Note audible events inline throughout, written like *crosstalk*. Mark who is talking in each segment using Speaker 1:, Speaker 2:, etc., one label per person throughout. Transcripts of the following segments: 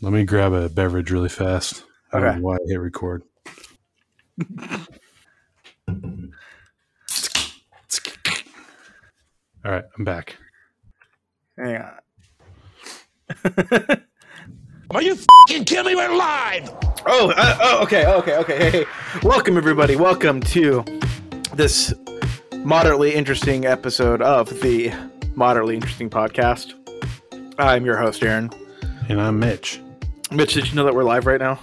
Speaker 1: Let me grab a beverage really fast. I don't
Speaker 2: Okay.
Speaker 1: know why I hit record. All right, I'm back.
Speaker 2: Hang on.
Speaker 3: Are you fing kidding me? We're live.
Speaker 2: Oh, uh, oh, okay, okay, okay. Hey, hey. welcome everybody. Welcome to this moderately interesting episode of the Moderately Interesting Podcast. I'm your host, Aaron.
Speaker 1: And I'm Mitch.
Speaker 2: Mitch, did you know that we're live right now?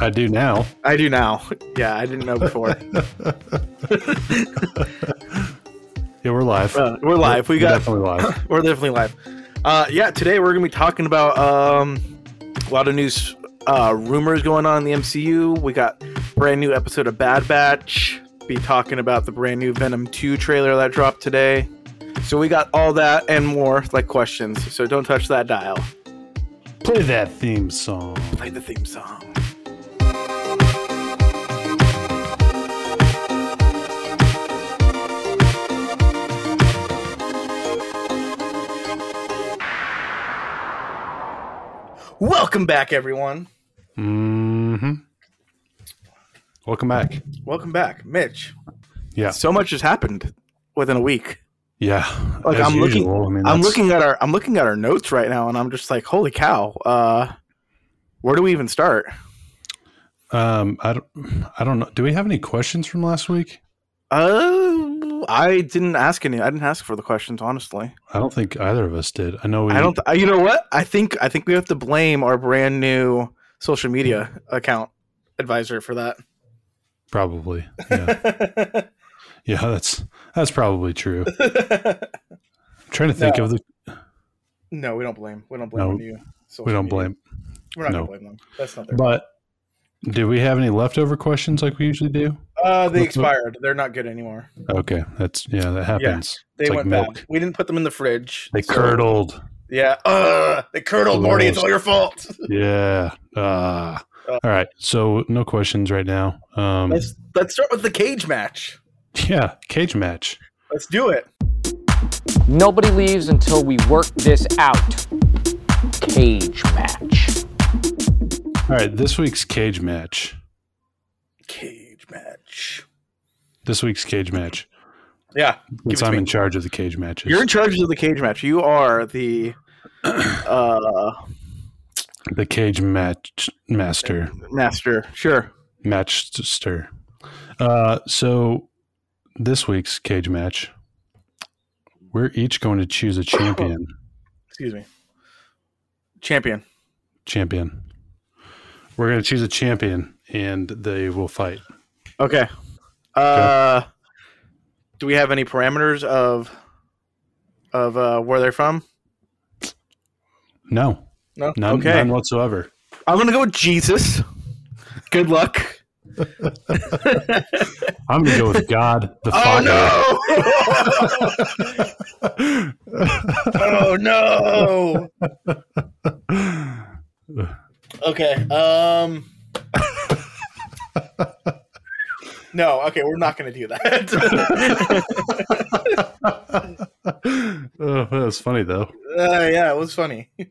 Speaker 1: I do now.
Speaker 2: I do now. *laughs* Yeah, I didn't know *laughs* before.
Speaker 1: Yeah, we're live.
Speaker 2: Uh, we're live. We
Speaker 1: We're
Speaker 2: got
Speaker 1: definitely
Speaker 2: *coughs*
Speaker 1: live.
Speaker 2: *laughs* we're definitely live. Uh, yeah, today we're gonna be talking about um, a lot of news, uh, rumors going on in the MCU. We got brand new episode of Bad Batch. Be talking about the brand new Venom Two trailer that dropped today. So we got all that and more, like questions. So don't touch that dial.
Speaker 1: Play that theme song.
Speaker 2: Play the theme song. Welcome back, everyone.
Speaker 1: hmm Welcome back.
Speaker 2: Welcome back, Mitch.
Speaker 1: Yeah.
Speaker 2: So much has happened within a week.
Speaker 1: Yeah.
Speaker 2: Like,
Speaker 1: as
Speaker 2: I'm looking-
Speaker 1: usual. I mean,
Speaker 2: I'm
Speaker 1: that's-
Speaker 2: looking at our I'm looking at our notes right now, and I'm just like, holy cow! Uh, where do we even start?
Speaker 1: Um, I don't. I don't know. Do we have any questions from last week?
Speaker 2: Uh, I didn't ask any. I didn't ask for the questions, honestly.
Speaker 1: I don't think either of us did. I know we.
Speaker 2: I don't. Th- you know what? I think I think we have to blame our brand new social media account advisor for that.
Speaker 1: Probably. Yeah. yeah. That's that's probably
Speaker 2: *laughs*
Speaker 1: true. I'm trying to think of the.
Speaker 2: *laughs* no, we don't blame. We don't blame
Speaker 1: No,
Speaker 2: the new. Social
Speaker 1: We don't
Speaker 2: media.
Speaker 1: blame.
Speaker 2: We're not
Speaker 1: no.
Speaker 2: gonna blame them. That's not their.
Speaker 1: But do we have any leftover questions like we usually do?
Speaker 2: uh, they
Speaker 1: look-
Speaker 2: expired. They're not good anymore.
Speaker 1: Okay. That's yeah. That happens.
Speaker 2: They
Speaker 1: It's like
Speaker 2: went
Speaker 1: milk.
Speaker 2: bad. We didn't put them in the fridge.
Speaker 1: They
Speaker 2: so-
Speaker 1: curdled.
Speaker 2: Yeah. Uh, they curdled, Morty. It's all your fault.
Speaker 1: *laughs* Yeah. Ah.
Speaker 2: Uh,
Speaker 1: All right. So no questions right now. Um.
Speaker 2: Let's let's start with the cage match.
Speaker 1: Yeah. Cage match.
Speaker 2: Let's do it.
Speaker 4: Nobody leaves until we work this out. Cage match.
Speaker 1: All right. This week's cage match.
Speaker 2: Cage match.
Speaker 1: This week's cage match.
Speaker 2: Yeah. Give it
Speaker 1: Since
Speaker 2: to
Speaker 1: I'm
Speaker 2: me.
Speaker 1: in charge of the cage matches.
Speaker 2: You're in charge of the cage match. You
Speaker 1: *clears throat*
Speaker 2: are the uh,
Speaker 1: the cage match master.
Speaker 2: master. Sure.
Speaker 1: Matchster. Uh, so this week's cage match, we're each going to choose a champion. *coughs*
Speaker 2: Excuse me. Champion.
Speaker 1: champion. We're going to choose a champion, and they will fight.
Speaker 2: Okay. Uh, do we have any parameters of of uh, where they're from?
Speaker 1: No,
Speaker 2: No.
Speaker 1: none,
Speaker 2: okay.
Speaker 1: none whatsoever.
Speaker 2: I'm gonna go with Jesus. Good luck.
Speaker 1: I'm going to go with
Speaker 2: *laughs*
Speaker 1: God, the Father.
Speaker 2: Oh no! oh *laughs* no! Okay. *laughs* Um. no. Okay, we're not going to do that. *laughs*
Speaker 1: *laughs* oh, that was funny though.
Speaker 2: uh, yeah, it was funny. *laughs*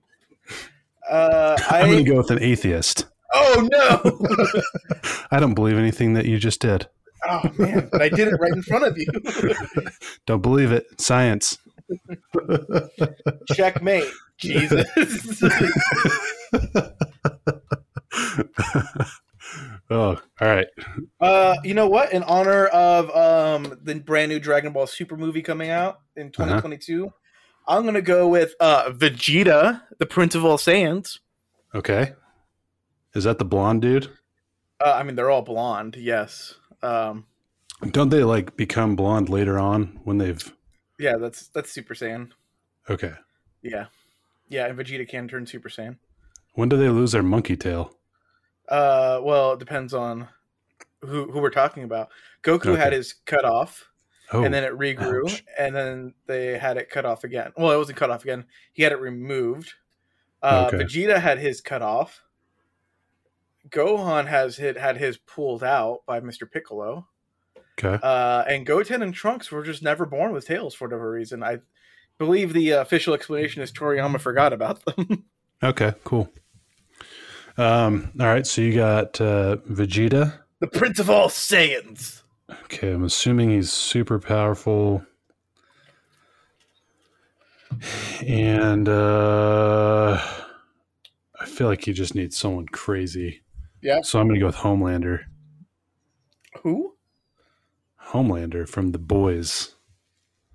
Speaker 2: Uh,
Speaker 1: *laughs*
Speaker 2: I.
Speaker 1: I'm going to go with an atheist.
Speaker 2: oh no! *laughs*
Speaker 1: I don't believe anything that you just did.
Speaker 2: Oh man! But I did it right in front of you. *laughs*
Speaker 1: Don't believe it. Science.
Speaker 2: Checkmate.
Speaker 1: *laughs*
Speaker 2: Jesus.
Speaker 1: Oh, all right.
Speaker 2: uh, you know what? In honor of um the brand new Dragon Ball Super movie coming out
Speaker 1: Uh-huh.
Speaker 2: in 2022, I'm gonna go with uh Vegeta, the Prince of All Saiyans.
Speaker 1: Okay. Is that the blonde dude?
Speaker 2: Uh, I mean, they're all blonde. Yes. Um.
Speaker 1: Don't they like become blonde later on when they've
Speaker 2: Yeah. That's that's Super Saiyan.
Speaker 1: okay?
Speaker 2: Yeah. Yeah, and Vegeta can turn Super Saiyan.
Speaker 1: When do they lose their monkey tail?
Speaker 2: Uh, well, it depends on who who we're talking about. Goku had
Speaker 1: Okay.
Speaker 2: his cut off,
Speaker 1: Oh,
Speaker 2: and then it regrew,
Speaker 1: ouch.
Speaker 2: and then they had it cut off again. Well, it wasn't cut off again. He had it removed. Uh,
Speaker 1: Okay.
Speaker 2: Vegeta had his cut off. Gohan has hit had his pulled out by Mr. Piccolo.
Speaker 1: okay.
Speaker 2: Uh, and Goten and Trunks were just never born with tails for whatever reason. I *laughs* believe the official explanation is Toriyama forgot about them.
Speaker 1: Okay, cool. Um, all right, so you got uh, Vegeta.
Speaker 5: The Prince of All Saiyans.
Speaker 1: Okay, I'm assuming he's super powerful. And uh, I feel like he just needs someone crazy.
Speaker 2: Yeah.
Speaker 1: So I'm going to go with Homelander.
Speaker 2: Who?
Speaker 1: Homelander from The Boys.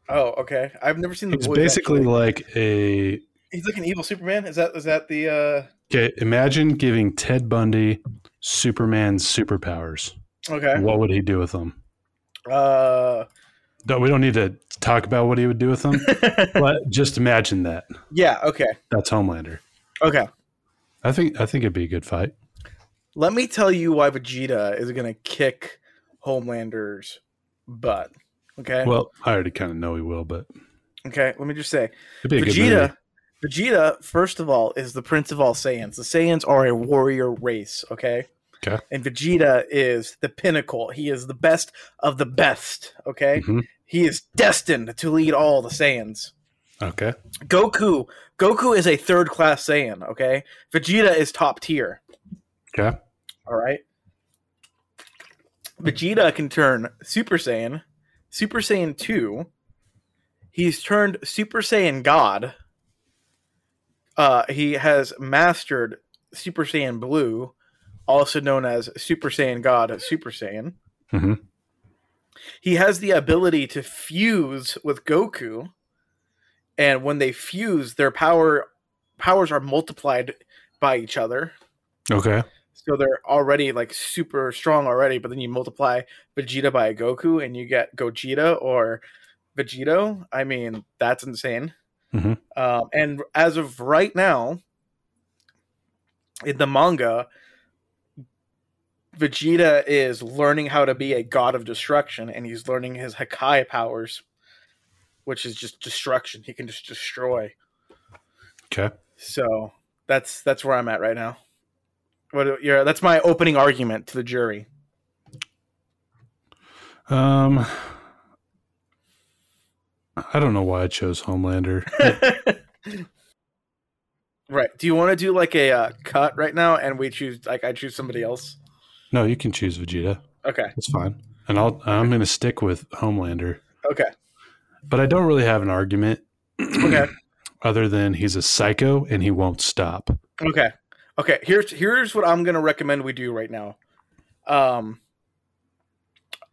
Speaker 2: Oh, okay. I've never seen the
Speaker 1: He's
Speaker 2: boys,
Speaker 1: basically
Speaker 2: actually.
Speaker 1: like a
Speaker 2: he's like an evil Superman. Is that is that the uh
Speaker 1: Okay, imagine giving Ted Bundy Superman's superpowers.
Speaker 2: uh, okay.
Speaker 1: What would he do with them?
Speaker 2: Uh
Speaker 1: No, we don't need to talk about what he would do with
Speaker 2: *laughs*
Speaker 1: them, *laughs* but just imagine that.
Speaker 2: Uh, yeah, okay.
Speaker 1: That's Homelander.
Speaker 2: Okay.
Speaker 1: I think I think it'd be a good fight.
Speaker 2: Let me tell you why Vegeta is gonna kick Homelander's butt. Okay.
Speaker 1: Well, I already kind of know he will, but
Speaker 2: okay, let me just say
Speaker 1: it'd be a good movie.
Speaker 2: Vegeta, Vegeta, first of all, is the prince of all Saiyans. The Saiyans are a warrior race, okay?
Speaker 1: Okay.
Speaker 2: And Vegeta is the pinnacle. He is the best of the best, okay?
Speaker 1: Mhm.
Speaker 2: He is destined to lead all the Saiyans.
Speaker 1: Okay.
Speaker 2: Goku, Goku is a third class Saiyan, okay? Vegeta is top tier,
Speaker 1: Okay.
Speaker 2: all right? Vegeta can turn Super Saiyan, Super Saiyan 2. He's turned Super Saiyan God. Uh, he has mastered Super Saiyan Blue, also known as Super Saiyan God Super Saiyan.
Speaker 1: Mhm.
Speaker 2: He has the ability to fuse with Goku, and when they fuse, their power powers are multiplied by each other.
Speaker 1: Okay.
Speaker 2: So they're already like super strong already, but then you multiply Vegeta by a Goku and you get Gogeta or Vegeto. I mean, that's insane.
Speaker 1: Mhm.
Speaker 2: Um, and as of right now, in the manga, Vegeta is learning how to be a god of destruction and he's learning his Hakai powers, which is just destruction. He can just destroy.
Speaker 1: Okay.
Speaker 2: So that's that's where I'm at right now. What your that's my opening argument to the jury.
Speaker 1: Um I don't know why I chose Homelander.
Speaker 2: Right. Do you want to do like a uh, cut right now and we choose like I choose somebody else?
Speaker 1: no, you can choose Vegeta.
Speaker 2: Okay.
Speaker 1: That's fine. And I'll I'm going to stick with Homelander.
Speaker 2: Okay.
Speaker 1: But I don't really have an argument
Speaker 2: Okay.
Speaker 1: other than he's a psycho and he won't stop.
Speaker 2: Okay. Okay. Here's here's what I'm gonna recommend we do right now. Um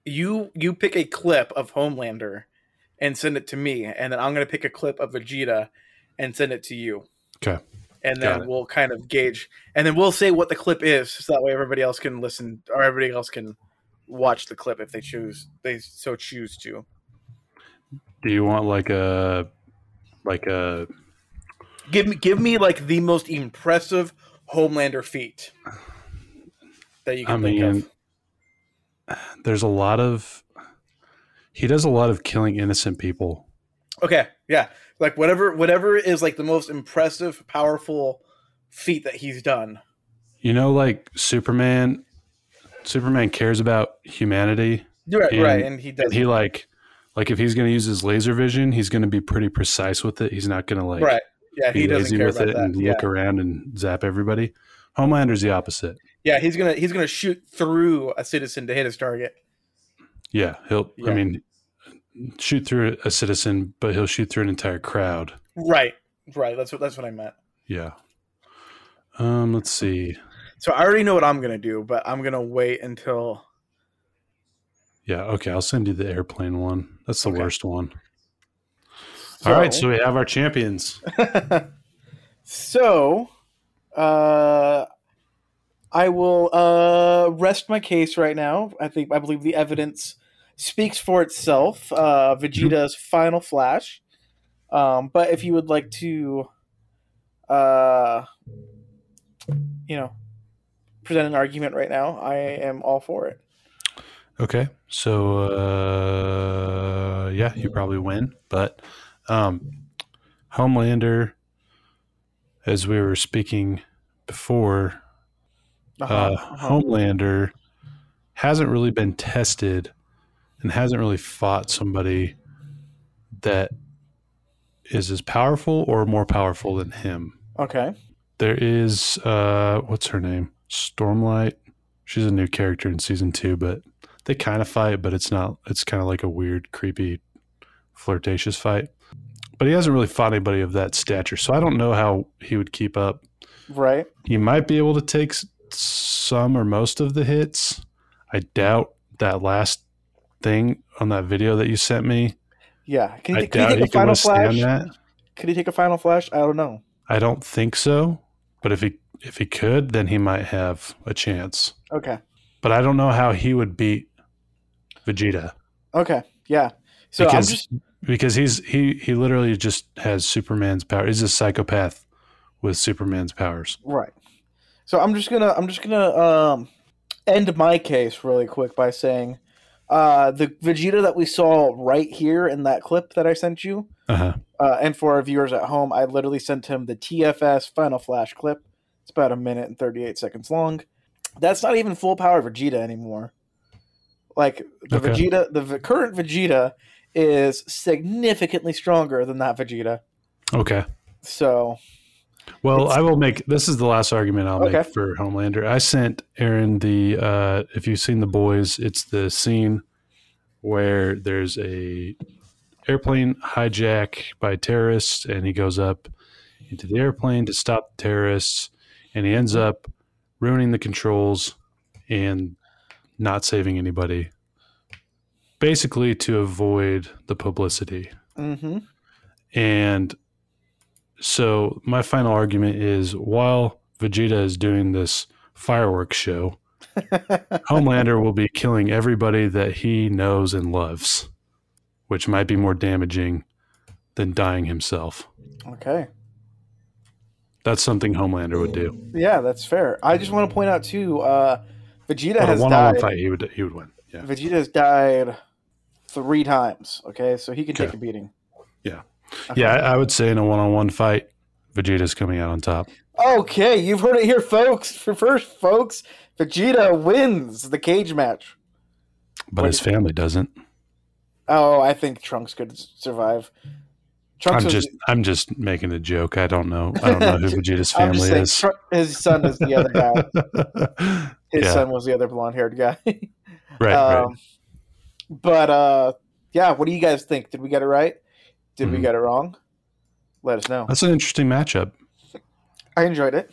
Speaker 2: you you pick a clip of Homelander and send it to me, and then I'm gonna pick a clip of Vegeta and send it to you.
Speaker 1: Okay.
Speaker 2: And
Speaker 1: Got
Speaker 2: then
Speaker 1: it.
Speaker 2: we'll kind of gauge and then we'll say what the clip is so that way everybody else can listen or everybody else can watch the clip if they choose they so choose to.
Speaker 1: Do you want like a like a
Speaker 2: Give me give me like the most impressive Homelander feat that you can
Speaker 1: I
Speaker 2: think of.
Speaker 1: mean there's a lot of he does a lot of killing innocent people.
Speaker 2: Okay, yeah, like whatever, whatever is like the most impressive, powerful feat that he's done.
Speaker 1: You know like Superman Superman cares about humanity.
Speaker 2: Right,
Speaker 1: And-
Speaker 2: right, and he does.
Speaker 1: He like like if he's going to use his laser vision, he's going to be pretty precise with it. He's not going to like
Speaker 2: right, yeah,
Speaker 1: be
Speaker 2: he doesn't
Speaker 1: lazy
Speaker 2: care
Speaker 1: with
Speaker 2: about
Speaker 1: it
Speaker 2: that.
Speaker 1: and
Speaker 2: Yeah.
Speaker 1: look around and zap everybody. Homelander's the opposite.
Speaker 2: yeah, he's gonna he's gonna shoot through a citizen to hit his target.
Speaker 1: Yeah, he'll. I
Speaker 2: Yeah.
Speaker 1: mean, shoot through a citizen, but he'll shoot through an entire crowd.
Speaker 2: Right, right. That's what that's what I meant.
Speaker 1: Yeah. Um. Let's see.
Speaker 2: So I already know what I'm gonna do, but I'm gonna wait until.
Speaker 1: Yeah. Okay. I'll send you the airplane one. That's the
Speaker 2: Okay.
Speaker 1: worst one. All right. So we have our champions.
Speaker 2: so, uh, I will uh, rest my case right now. I think I believe the evidence speaks for itself. Uh, Vegeta's final flash. Um, but if you would like to, uh, you know, present an argument right now, I am all for it.
Speaker 1: Okay. So uh, yeah, you probably win, but um, Homelander, as we were speaking before,
Speaker 2: Uh-huh,
Speaker 1: uh, Homelander hasn't really been tested and hasn't really fought somebody that is as powerful or more powerful than him.
Speaker 2: Okay.
Speaker 1: There is uh what's her name? Stormlight. She's a new character in season two, but they kind of fight, but it's not it's kind of like a weird, creepy, flirtatious fight. But he hasn't really fought anybody of that stature, so I don't know how he would keep up.
Speaker 2: right?
Speaker 1: He might be able to take s- some or most of the hits. I doubt that last thing on that video that you sent me.
Speaker 2: Yeah. Can
Speaker 1: I
Speaker 2: he, can he
Speaker 1: doubt
Speaker 2: take
Speaker 1: he
Speaker 2: a
Speaker 1: can
Speaker 2: final
Speaker 1: withstand
Speaker 2: flash?
Speaker 1: that.
Speaker 2: Could he take a final flash? I don't know.
Speaker 1: I don't think so. But if he if he could, then he might have a chance.
Speaker 2: Okay.
Speaker 1: But I don't know how he would beat Vegeta
Speaker 2: Okay. Yeah. So
Speaker 1: Because-
Speaker 2: I'm just
Speaker 1: because he's he he literally just has Superman's power. He's a psychopath with Superman's powers.
Speaker 2: right. So I'm just gonna I'm just gonna um end my case really quick by saying uh the Vegeta that we saw right here in that clip that I sent you,
Speaker 1: Uh-huh.
Speaker 2: uh, and for our viewers at home, I literally sent him the TFS Final Flash clip. It's about a minute and 38 seconds long. That's not even full power Vegeta anymore. Like the
Speaker 1: Okay.
Speaker 2: Vegeta, the v- current Vegeta is significantly stronger than that Vegeta.
Speaker 1: Okay.
Speaker 2: So
Speaker 1: Well,
Speaker 2: It's-
Speaker 1: I will make this is the last argument I'll make
Speaker 2: Okay.
Speaker 1: for Homelander. I sent Aaron the uh if you've seen the boys, it's the scene where there's a airplane hijack by terrorists and he goes up into the airplane to stop the terrorists and he ends up ruining the controls and not saving anybody. Basically to avoid the publicity.
Speaker 2: hmm
Speaker 1: And so my final argument is while Vegeta is doing this fireworks
Speaker 2: *laughs*
Speaker 1: show, Homelander will be killing everybody that he knows and loves, which might be more damaging than dying himself.
Speaker 2: okay,
Speaker 1: That's something Homelander would do.
Speaker 2: yeah, that's fair. I just want to point out too, uh, Vegeta
Speaker 1: But a
Speaker 2: has
Speaker 1: one-on-one
Speaker 2: died.
Speaker 1: fight, he would he would win. Yeah.
Speaker 2: Vegeta has died three times. Okay, so he can take
Speaker 1: Okay.
Speaker 2: a beating.
Speaker 1: Yeah.
Speaker 2: Okay.
Speaker 1: Yeah, I, I would say in a one-on-one fight, Vegeta's coming out on top.
Speaker 2: Okay, you've heard it here, folks. For first, folks, Vegeta wins the cage match.
Speaker 1: But his family doesn't.
Speaker 2: Oh, I think Trunks could s- survive. Trunks
Speaker 1: I'm
Speaker 2: was-
Speaker 1: just I'm just making a joke. I don't know. I don't know who Vegeta's
Speaker 2: *laughs* I'm just
Speaker 1: family
Speaker 2: saying
Speaker 1: is.
Speaker 2: Tru- his son is the
Speaker 1: *laughs*
Speaker 2: other guy.
Speaker 1: right,
Speaker 2: *laughs* His
Speaker 1: Yeah.
Speaker 2: son was the other blonde-haired guy.
Speaker 1: right.
Speaker 2: Um, But uh, yeah, what do you guys think? Did we get it right? Did we
Speaker 1: Mhm.
Speaker 2: get it wrong? Let us know.
Speaker 1: That's an interesting matchup.
Speaker 2: I enjoyed it.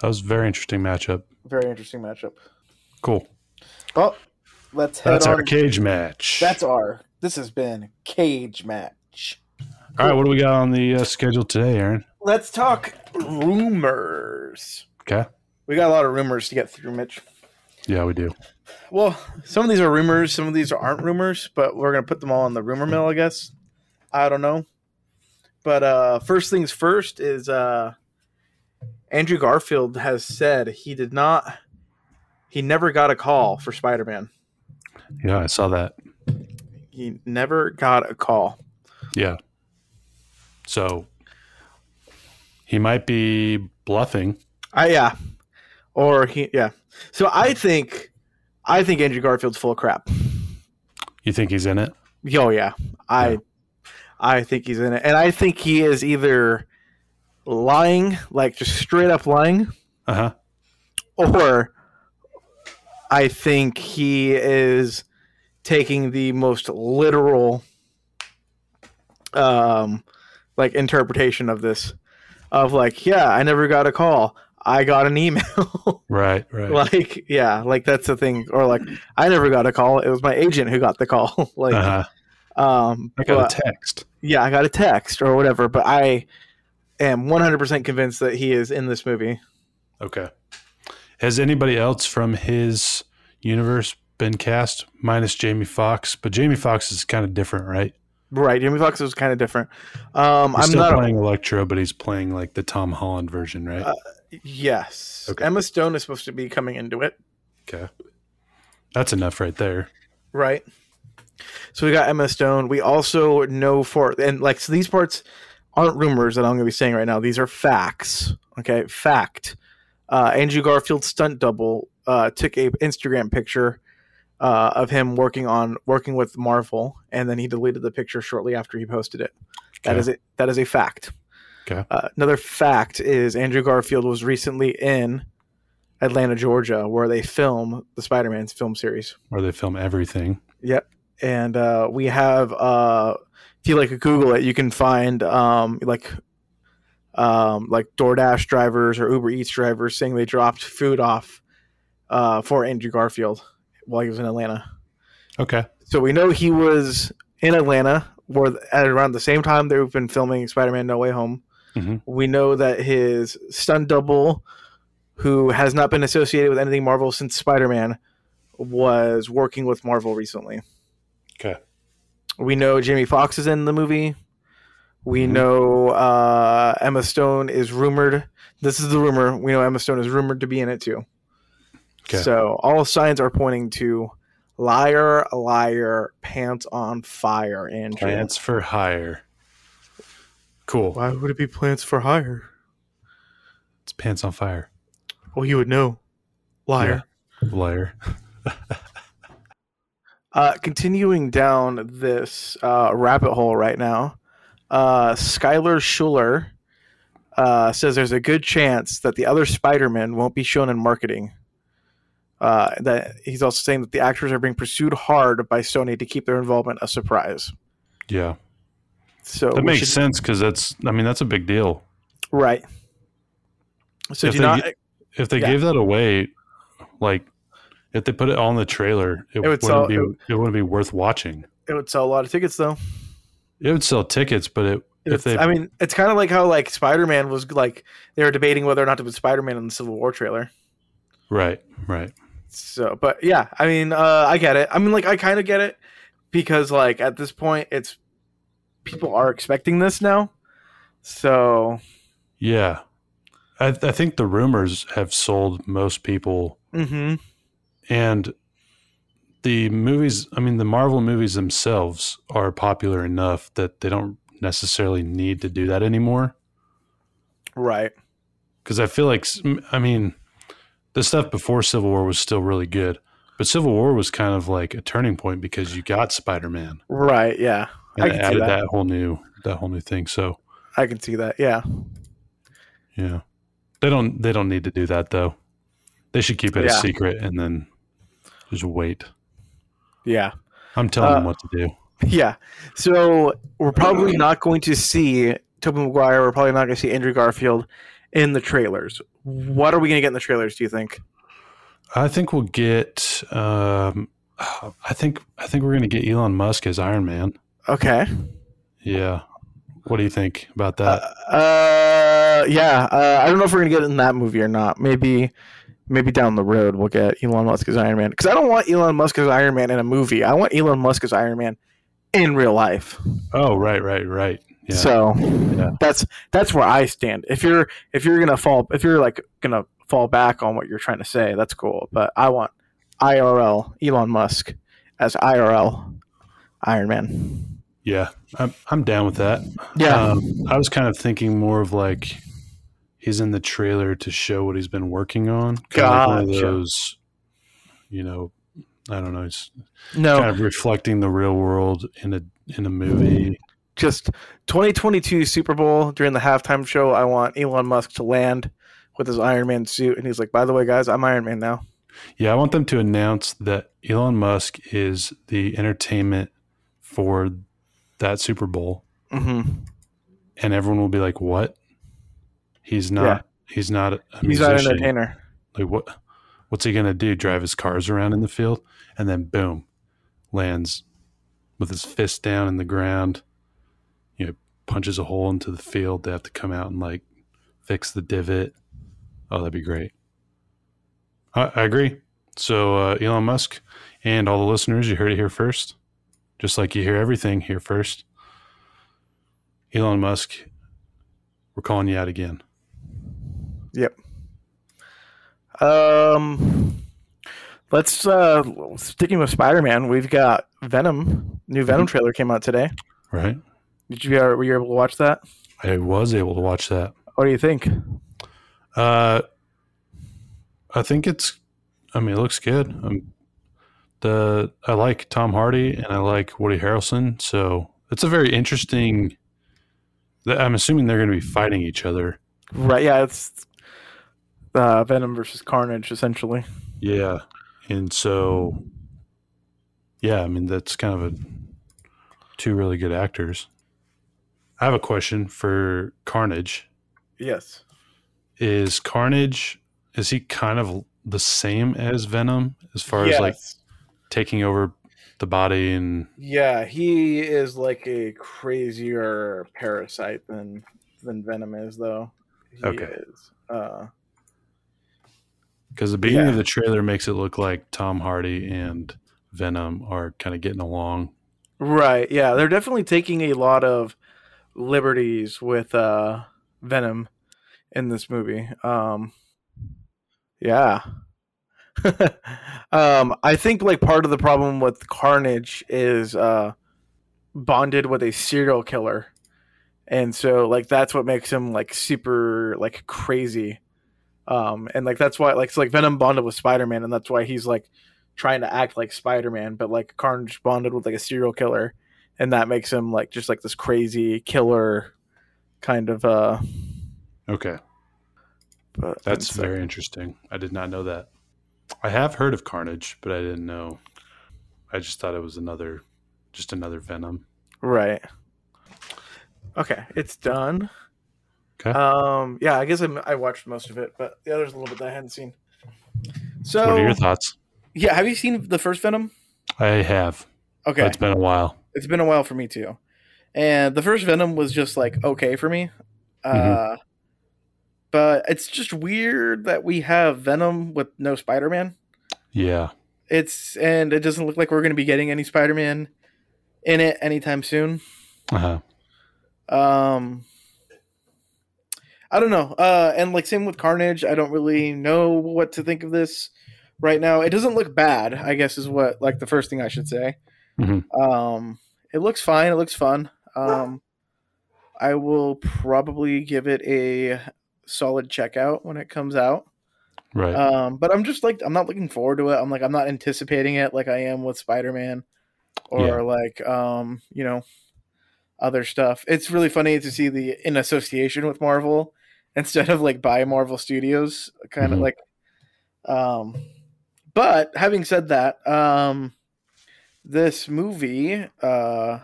Speaker 1: That was a very interesting matchup.
Speaker 2: Very interesting matchup.
Speaker 1: Cool.
Speaker 2: Well, let's head
Speaker 1: That's
Speaker 2: on.
Speaker 1: our cage match.
Speaker 2: That's our. This has been cage match.
Speaker 1: All right, what do we got on the uh, schedule today, Aaron?
Speaker 2: Let's talk rumors.
Speaker 1: Okay.
Speaker 2: We got a lot of rumors to get through, Mitch.
Speaker 1: Yeah, we do.
Speaker 5: Well, some of these are rumors, some of these aren't rumors, but we're gonna put them all in the rumor mill, I guess. I don't know. But uh first things first is uh Andrew Garfield has said he did not he never got a call for Spider-Man.
Speaker 1: Yeah, I saw that.
Speaker 5: He never got a call.
Speaker 1: Yeah. So he might be bluffing.
Speaker 5: I Uh, yeah. Or he yeah. So I think I think Andrew Garfield's full of crap.
Speaker 1: You think he's in it?
Speaker 5: Oh yeah, I,
Speaker 1: Yeah.
Speaker 5: I think he's in it, and I think he is either lying, like just straight up lying,
Speaker 1: Uh huh.
Speaker 5: or I think he is taking the most literal, um, like interpretation of this, of like, yeah, I never got a call, I got an email,
Speaker 1: Right,
Speaker 5: *laughs*
Speaker 1: right.
Speaker 5: like, yeah, like that's the thing, or like, I never got a call, it was my agent who got the call, *laughs* like,
Speaker 1: uh huh.
Speaker 5: um,
Speaker 1: I got
Speaker 5: but-
Speaker 1: a text.
Speaker 5: yeah, I got a text or whatever, but I am 100% convinced that he is in this movie.
Speaker 1: Okay. Has anybody else from his universe been cast minus Jamie Fox? But Jamie Fox is kind of different, right?
Speaker 5: Right. Jamie Fox was kind of different. Um,
Speaker 1: He's
Speaker 5: I'm
Speaker 1: still
Speaker 5: not.
Speaker 1: playing Electro, but he's playing like the Tom Holland version, right?
Speaker 5: Uh, yes.
Speaker 1: Okay.
Speaker 5: Emma Stone is supposed to be coming into it.
Speaker 1: okay, that's enough right there.
Speaker 5: Right. So we got Emma Stone. We also know for, and like, so these parts aren't rumors that I'm going to be saying right now. These are facts. Okay. Fact. Uh, Andrew Garfield's stunt double uh, took a Instagram picture uh, of him working on working with Marvel, and then he deleted the picture shortly after he posted it. That
Speaker 1: Okay.
Speaker 5: is it. That is a fact.
Speaker 1: Okay.
Speaker 2: Uh, another fact is Andrew Garfield was recently in Atlanta, Georgia, where they film the Spider-Man's film series.
Speaker 1: Where they film everything.
Speaker 2: Yep. And uh, we have, uh, if you like Google it, you can find um, like um, like DoorDash drivers or Uber Eats drivers saying they dropped food off uh, for Andrew Garfield while he was in Atlanta.
Speaker 1: Okay.
Speaker 2: So we know he was in Atlanta where at around the same time they've been filming Spider-Man No Way Home.
Speaker 1: Mhm.
Speaker 2: We know that his stunt double, who has not been associated with anything Marvel since Spider-Man, was working with Marvel recently.
Speaker 1: Okay.
Speaker 2: We know Jamie Foxx is in the movie. We know uh, Emma Stone is rumored. This is the rumor. We know Emma Stone is rumored to be in it too.
Speaker 1: Okay.
Speaker 2: So all signs are pointing to liar, liar, pants on fire, Andrew.
Speaker 1: Plants for hire. Cool.
Speaker 2: Why would it be plants for hire?
Speaker 1: It's pants on fire.
Speaker 2: Well, you would know. Liar.
Speaker 1: Liar.
Speaker 2: Uh, continuing down this uh, rabbit hole right now, uh, Skylar Schuler uh, says there's a good chance that the other Spider-Man won't be shown in marketing. Uh, that he's also saying that the actors are being pursued hard by Sony to keep their involvement a surprise.
Speaker 1: Yeah.
Speaker 2: So
Speaker 1: That
Speaker 2: we
Speaker 1: makes
Speaker 2: should-
Speaker 1: sense because that's, I mean, that's a big deal.
Speaker 2: right? So
Speaker 1: If
Speaker 2: do
Speaker 1: they
Speaker 2: not.
Speaker 1: get- If they
Speaker 2: Yeah.
Speaker 1: gave that away, like, if they put it on the trailer, it,
Speaker 2: It would
Speaker 1: wouldn't
Speaker 2: sell-
Speaker 1: be.
Speaker 2: it
Speaker 1: It,
Speaker 2: would-
Speaker 1: wouldn't be worth watching.
Speaker 2: It would sell a lot of tickets though.
Speaker 1: It would sell tickets, but it if
Speaker 2: It's-
Speaker 1: they
Speaker 2: I mean, it's kind of like how like Spider-Man was like they were debating whether or not to put Spider-Man in the Civil War trailer.
Speaker 1: right right
Speaker 2: So, but yeah, I mean, uh, I get it. I mean, like, I kind of get it because, like, at this point, it's people are expecting this now. So,
Speaker 1: yeah, I, I think the rumors have sold most people,
Speaker 2: mm-hmm.
Speaker 1: and the movies. I mean, the Marvel movies themselves are popular enough that they don't necessarily need to do that anymore.
Speaker 2: right,
Speaker 1: because I feel like s- m- I mean, the stuff before Civil War was still really good, but Civil War was kind of like a turning point because you got Spider Man
Speaker 2: right, yeah, I
Speaker 1: and it
Speaker 2: can see
Speaker 1: added
Speaker 2: that.
Speaker 1: that. whole new that whole new thing. So
Speaker 2: I can see that. Yeah,
Speaker 1: yeah, they don't they don't need to do that though. They should keep it a
Speaker 2: Yeah.
Speaker 1: secret and then just wait.
Speaker 2: yeah, *laughs*
Speaker 1: I'm telling them
Speaker 2: Uh,
Speaker 1: what to do.
Speaker 2: yeah. So we're probably not going to see Tobey Maguire. We're probably not going to see Andrew Garfield in the trailers. What are we going to get in the trailers? Do you think?
Speaker 1: I think we'll get. Um, I think I think we're gonna get Elon Musk as Iron Man.
Speaker 2: Okay.
Speaker 1: Yeah. What do you think about that?
Speaker 2: uh, yeah. Uh, I don't know if we're gonna get in that movie or not. Maybe, maybe down the road we'll get Elon Musk as Iron Man. Because I don't want Elon Musk as Iron Man in a movie. I want Elon Musk as Iron Man in real life.
Speaker 1: oh, right, right, right. Yeah.
Speaker 2: So
Speaker 1: Yeah.
Speaker 2: that's that's where I stand. If you're if you're gonna fall if you're like gonna fall back on what you're trying to say, that's cool. But I want IRL Elon Musk as IRL Iron Man.
Speaker 1: Yeah, I'm I'm down with that.
Speaker 2: Yeah.
Speaker 1: um, I was kind of thinking more of like he's in the trailer to show what he's been working on. Kind of like one of
Speaker 2: Gotcha.
Speaker 1: those, you know, I don't know. He's
Speaker 2: no.
Speaker 1: kind of reflecting the real world in a in a movie.
Speaker 2: just 2022 Super Bowl during the halftime show. I want Elon Musk to land with his Iron Man suit, and he's like, "By the way, guys, I'm Iron Man now."
Speaker 1: Yeah, I want them to announce that Elon Musk is the entertainment for that Super Bowl,
Speaker 2: hmm
Speaker 1: and everyone will be like, "What? He's not. He's not a
Speaker 2: He's not an
Speaker 1: musician.
Speaker 2: entertainer.
Speaker 1: Like what? What's he gonna do? Drive his cars around in the field, and then boom, lands with his fist down in the ground. You know, punches a hole into the field. They have to come out and like fix the divot. Oh, that'd be great. I, I agree. So uh, Elon Musk and all the listeners, you heard it here first. Just like you hear everything here first. Elon Musk, we're calling you out again.
Speaker 2: Um, let's uh, sticking with Spider Man. We've got Venom. New Venom trailer came out today.
Speaker 1: Right?
Speaker 2: Did you uh, were you able to watch that?
Speaker 1: I was able to watch that.
Speaker 2: What do you think?
Speaker 1: Uh, I think it's. I mean, it looks good. Um the I like Tom Hardy and I like Woody Harrelson, so it's a very interesting Th- I'm assuming they're going to be fighting each other.
Speaker 5: Right? Yeah, it's uh, Venom versus Carnage essentially.
Speaker 1: Yeah, and so yeah, I mean that's kind of a two really good actors. I have a question for Carnage.
Speaker 5: Yes.
Speaker 1: Is Carnage is he kind of the same as Venom as far as like taking over the body and
Speaker 2: Yeah, he is like a crazier parasite than than Venom is, though. He
Speaker 1: Okay.
Speaker 2: Is. Uh,
Speaker 1: because the beginning of
Speaker 2: Yeah.
Speaker 1: the trailer makes it look like Tom Hardy and Venom are kind of getting along.
Speaker 5: Right. Yeah, they're definitely taking a lot of liberties with uh, Venom in this movie. Um, yeah. *laughs* um, I think like part of the problem with Carnage is uh, bonded with a serial killer, and so like that's what makes him like super like crazy. Um, and like that's why like so, like Venom bonded with Spider Man, and that's why he's like trying to act like Spider-Man, but like Carnage bonded with like a serial killer, and that makes him like just like this crazy killer kind of uh.
Speaker 1: Okay,
Speaker 5: But
Speaker 1: that's
Speaker 5: so-
Speaker 1: very interesting. I did not know that. I have heard of Carnage, but I didn't know. I just thought it was another, just another Venom.
Speaker 5: right. Okay, it's done.
Speaker 1: 'Kay.
Speaker 5: Um. Yeah, I guess I'm, I watched most of it, but the others a little bit that I hadn't seen.
Speaker 1: What are
Speaker 5: So
Speaker 1: your thoughts?
Speaker 2: yeah, have you seen the first Venom?
Speaker 1: I have.
Speaker 2: Okay,
Speaker 1: It's been a while.
Speaker 2: it's been a while for me too. And the first Venom was just like okay for me. Uh,
Speaker 1: Mhm.
Speaker 2: But it's just weird that we have Venom with no Spider Man.
Speaker 1: Yeah,
Speaker 2: It's and it doesn't look like we're going to be getting any Spider Man in it anytime soon.
Speaker 1: uh-huh.
Speaker 2: Um, I don't know. Uh, and like same with Carnage, I don't really know what to think of this right now. It doesn't look bad, I guess is what like the first thing I should say.
Speaker 1: Mhm.
Speaker 2: Um, it looks fine. It looks fun. Um, I will probably give it a solid checkout when it comes out.
Speaker 1: right.
Speaker 2: Um, but I'm just like I'm not looking forward to it. I'm like I'm not anticipating it like I am with Spider Man or
Speaker 1: Yeah.
Speaker 2: like um, you know, other stuff. It's really funny to see the in association with Marvel *laughs* instead of like by Marvel Studios, kind of
Speaker 1: Mhm.
Speaker 2: like um but having said that, um this movie, uh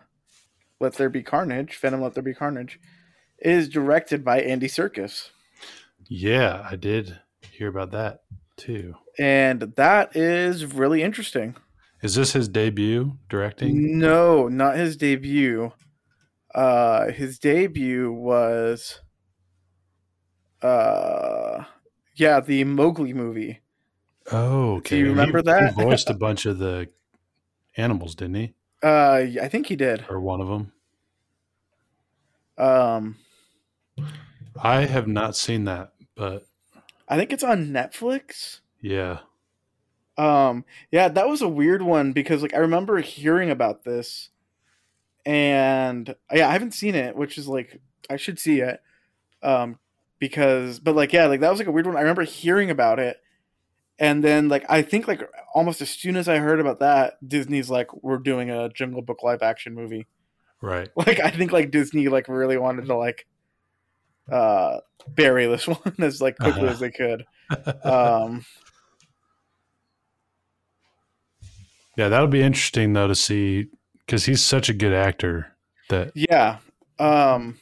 Speaker 2: Let There Be Carnage, Venom Let There Be Carnage, is directed by Andy Serkis.
Speaker 1: yeah, I did hear about that too.
Speaker 2: And that is really interesting.
Speaker 1: Is this his debut directing?
Speaker 2: No, not his debut. Uh, his debut was, uh, yeah, the Mowgli movie.
Speaker 1: Oh, okay.
Speaker 2: you
Speaker 1: And he-
Speaker 2: remember that?
Speaker 1: He voiced a bunch of the animals, didn't he?
Speaker 2: Uh, I think he did.
Speaker 1: Or one of them.
Speaker 2: Um,
Speaker 1: I have not seen that, but
Speaker 2: I think it's on Netflix.
Speaker 1: yeah.
Speaker 2: Um, yeah, that was a weird one because like I remember hearing about this, and yeah, I haven't seen it, which is like I should see it, um, because but like yeah, like that was like a weird one. I remember hearing about it, and then like I think like almost as soon as I heard about that, Disney's like we're doing a Jungle Book live action movie. *laughs*
Speaker 1: Right.
Speaker 2: Like I think like Disney like really wanted to like uh bury this *laughs* one as like quickly
Speaker 1: Uh-huh.
Speaker 2: as they could. Um.
Speaker 1: yeah, that'll be interesting though to see because he's such a good actor that
Speaker 2: Yeah. Um